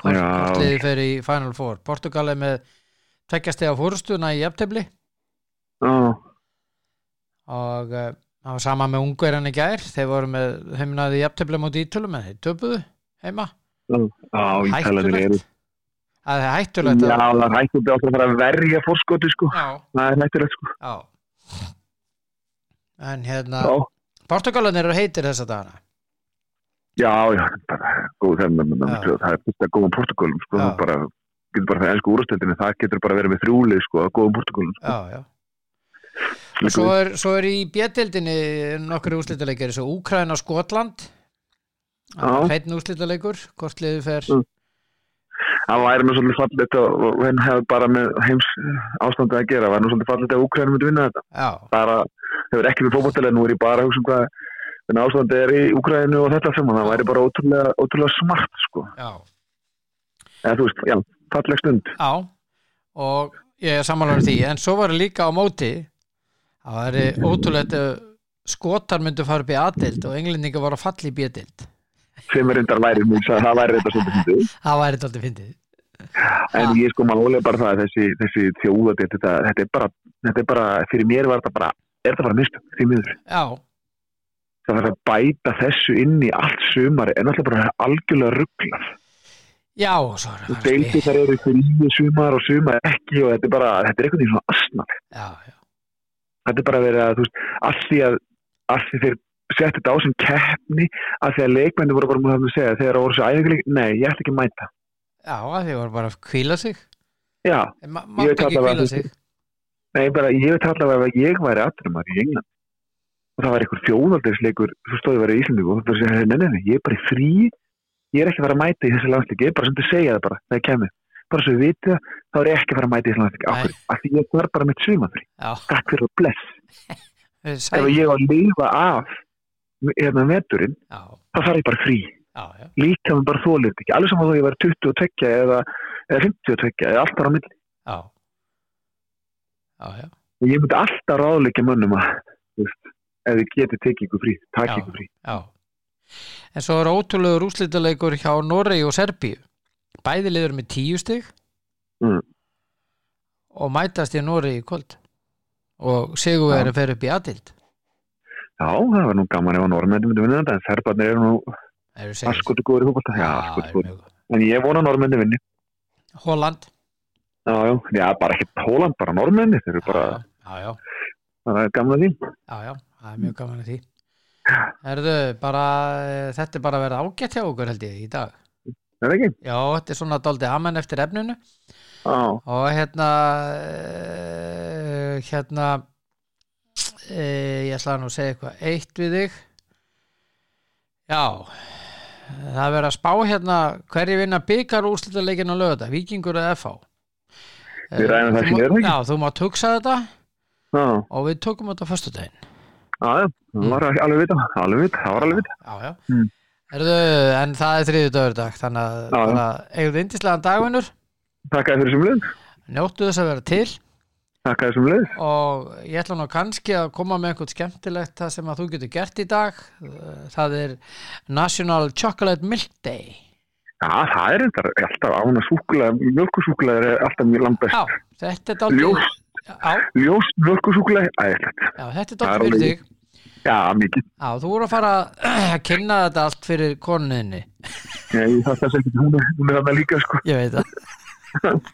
Speaker 2: Já.
Speaker 1: Kortliði fer í Final Four Portugal er með tveggjastega fórstuna í jæftefli
Speaker 2: Já,
Speaker 1: og eh, það var sama með ungverjan í gær þeir voru með heimnaði jæftefli múti ítölum en þeir töpuðu heima
Speaker 2: já, ítalanir eru.
Speaker 1: Hættulegt Það er hættulegt að-
Speaker 2: Já, það er hættulegt að fara að verja fórskoti, sko.
Speaker 1: Já,
Speaker 2: Það er hættulegt, sko.
Speaker 1: já En hérna
Speaker 2: Já,
Speaker 1: Portugalanir eru heitir þessa dagana
Speaker 2: já, já, bara góð þeim, menn, menn,
Speaker 1: Já.
Speaker 2: sko. það er fullt að góðum portugálum, sko.
Speaker 1: Já.
Speaker 2: Það bara, getur bara það ennsku úrstöldinni, það getur bara verið með þrjúlið, sko, að góðum portugálum, sko.
Speaker 1: já, já. og svo er, svo er í bjettildinni nokkru úslitaleikir svo Úkraina Skotland
Speaker 2: Já.
Speaker 1: hreitn úslitaleikur hvort liðu fer
Speaker 2: Mm. Það væri nú svolítið fallit og, og henn hefur bara með heims ástandið að gera, það væri nú svolítið fallit að Ukraina myndi vinna þetta.
Speaker 1: já,
Speaker 2: bara, hefur ekki við fókbóttalega, nú er ég bara að hugsa um hvað hvernig ástandi er í Úgræðinu og þetta sem það væri bara ótrúlega, ótrúlega smart sko,
Speaker 1: já,
Speaker 2: eða þú veist, já, falleg stund
Speaker 1: já og ég er sammálaður því en svo var líka á móti það var ótrúlegt ef Skotar myndu fara upp í A-dild og englendingar voru að falla í B-dild
Speaker 2: sem er reyndar væri, mér sagði, það væri þetta svolítið fyndið.
Speaker 1: það væri þetta aldrei fyndið
Speaker 2: en ég sko málega bara það að þessi, þessi þjóðat, þetta, þetta er bara þetta er bara, fyrir mér var þetta bara er þetta bara mistök, því miður
Speaker 1: já,
Speaker 2: það þarf að bæta þessu inn í allt sumari, en alltaf bara algjörlega rugglað
Speaker 1: já og svo er það
Speaker 2: deildi þar eru fyrir sumar og sumar ekki og þetta er bara, þetta er einhvern veginn svona asna
Speaker 1: já, já,
Speaker 2: þetta er bara verið að, þú veist, allt því að allt því þeir settu þetta á sem keppni að því að leikmenni voru bara múið að segja þegar það voru svo æfingarleik, nei, ég ætla ekki að mæta
Speaker 1: já, að því voru bara að kvíla sig
Speaker 2: já,
Speaker 1: En ma-
Speaker 2: Ég
Speaker 1: mátt
Speaker 2: veit
Speaker 1: ekki
Speaker 2: allavega
Speaker 1: kvíla
Speaker 2: að-
Speaker 1: sig
Speaker 2: nei, bara ég veit allavega að ég væri afturumar í England og það var einhver fjóðaldegsleikur svo stóði ég verið í Íslandíku og það bara segja, nei, nei, nei, ég er bara í frí ég er ekki að fara að mæta í þessi landsleik ég er bara sem þið segja það bara, það er kemur bara svo við vitið það, þá er ég ekki að fara að mæta í þessi landsleik af
Speaker 1: Nei.
Speaker 2: hverju, af því ég var bara mitt sumafrí
Speaker 1: já,
Speaker 2: takk fyrir og bless, ef
Speaker 1: sæl,
Speaker 2: ég á að lifa af hérna veturinn,
Speaker 1: já,
Speaker 2: þá þarf ég bara frí
Speaker 1: já, já
Speaker 2: líka með bara þólið ekki, alveg saman þó ég væri 22 eða, eða 52 eða alltaf á milli,
Speaker 1: Já Já, já,
Speaker 2: ég myndi alltaf ráðleika mönnum að, þú veist, ef þið getið tekið ykkur frí,
Speaker 1: Já.
Speaker 2: takið ykkur frí
Speaker 1: já En svo er ótrúlegur úrslitaleikur hjá Noregi og Serbíu Bæði liður með tíu stig
Speaker 2: Mm.
Speaker 1: og mætast í Noregi í kvöld og Sigurveri fer upp í aðild
Speaker 2: já, það var nú gaman ef að normennir myndi vinna þetta en þerbarnir eru nú
Speaker 1: Það eru segir
Speaker 2: askotu góður í fólkvallta, já,
Speaker 1: það
Speaker 2: askotu
Speaker 1: er
Speaker 2: góður
Speaker 1: mjög gott.
Speaker 2: en ég vona að normennir vinni,
Speaker 1: Holland
Speaker 2: já, já, já, bara ekki Póland, bara normennir, þeir eru bara
Speaker 1: Já, já,
Speaker 2: það er gaman að því,
Speaker 1: já, já, það er mjög gaman að því Erðu, bara eh, þetta er bara að vera ágætt hjá okkur held ég í dag
Speaker 2: er það ekki?
Speaker 1: Já, þetta er svona daldið amen eftir efninu
Speaker 2: Já,
Speaker 1: og hérna eh, hérna eh, ég ætlaði nú að segja eitthvað eitt við þig já það er verið að spá hérna hverju vinna byggar úrslitaleikin á lögða vikingur eða FH
Speaker 2: Við ræðum það
Speaker 1: Þú mátt-
Speaker 2: síðar, er það ekki?
Speaker 1: já, þú mátt hugsa þetta
Speaker 2: já,
Speaker 1: og við tókum þetta á föstudaginn
Speaker 2: já, já, það var alveg vita, alveg vita, það var alveg vita
Speaker 1: já, já.
Speaker 2: Mm.
Speaker 1: Erðu, en það er þriðu dag þannig að
Speaker 2: Já, já.
Speaker 1: bara, eigum við indislegan dagvinnur
Speaker 2: Takk að þessum leið,
Speaker 1: njóttu þess að vera til
Speaker 2: takk að þessum leið
Speaker 1: og ég ætla nú kannski að koma með einhvern skemmtilegt það sem að þú getur gert í dag Uh, það er National Chocolate Milk Day
Speaker 2: Já, það er þetta alltaf ána súkulega, mjölkusúkulega er alltaf mjög langbæst.
Speaker 1: já, þetta er dálítið
Speaker 2: Ljóst.
Speaker 1: já,
Speaker 2: Ljóst mjölkusúkulega, æðislegt.
Speaker 1: já, þetta er
Speaker 2: Það er
Speaker 1: dálítið fyrir
Speaker 2: alveg-
Speaker 1: þig
Speaker 2: Já, mikið.
Speaker 1: já, þú voru að fara að *clears throat* kynna þetta allt fyrir konuðinni
Speaker 2: Ég ég þarf þess ekki, hún er, hún er þarna líka, sko.
Speaker 1: ég veit það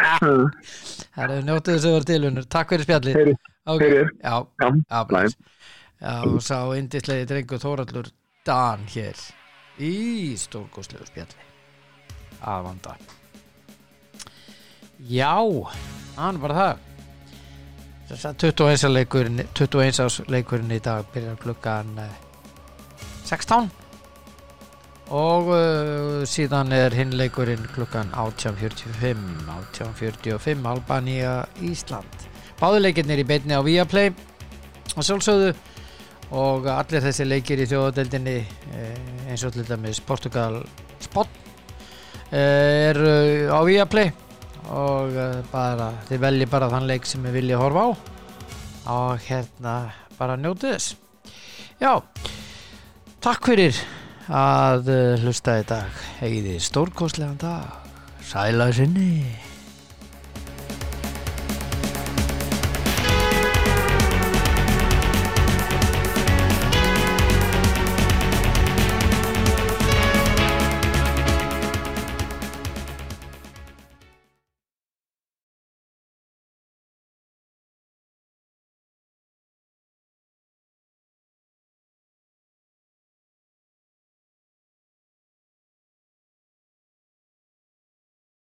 Speaker 1: það er njóttu þess að vera tilunur takk fyrir spjallið
Speaker 2: Heyri,
Speaker 1: Ok,
Speaker 2: heyri, þér.
Speaker 1: já,
Speaker 2: já,
Speaker 1: já,
Speaker 2: blæm.
Speaker 1: bless. já, og sá indislegi drengur Þóraldur Dan hér í stórkostlegu spjalli að vanda já hann var það Þess að 21 leikurinn 21 ás leikurinn í dag byrjar klukkan eh, 16 og uh, síðan er hinn leikurinn klukkan 18.45 18.45 Albania Ísland báðuleikinn er í beinni á Viaplay að sjálfsögðu og allir þessi leikir í þjóðadeldinni eh, eins og til dæmis Portugal Spott eh, eru á Viaplay og eh, bara, þið veljið bara þann leik sem þið viljið horfa á og hérna bara njótið þess já takk fyrir að eh, hlusta í dag eigið þið stórkostlegan dag sæla sinni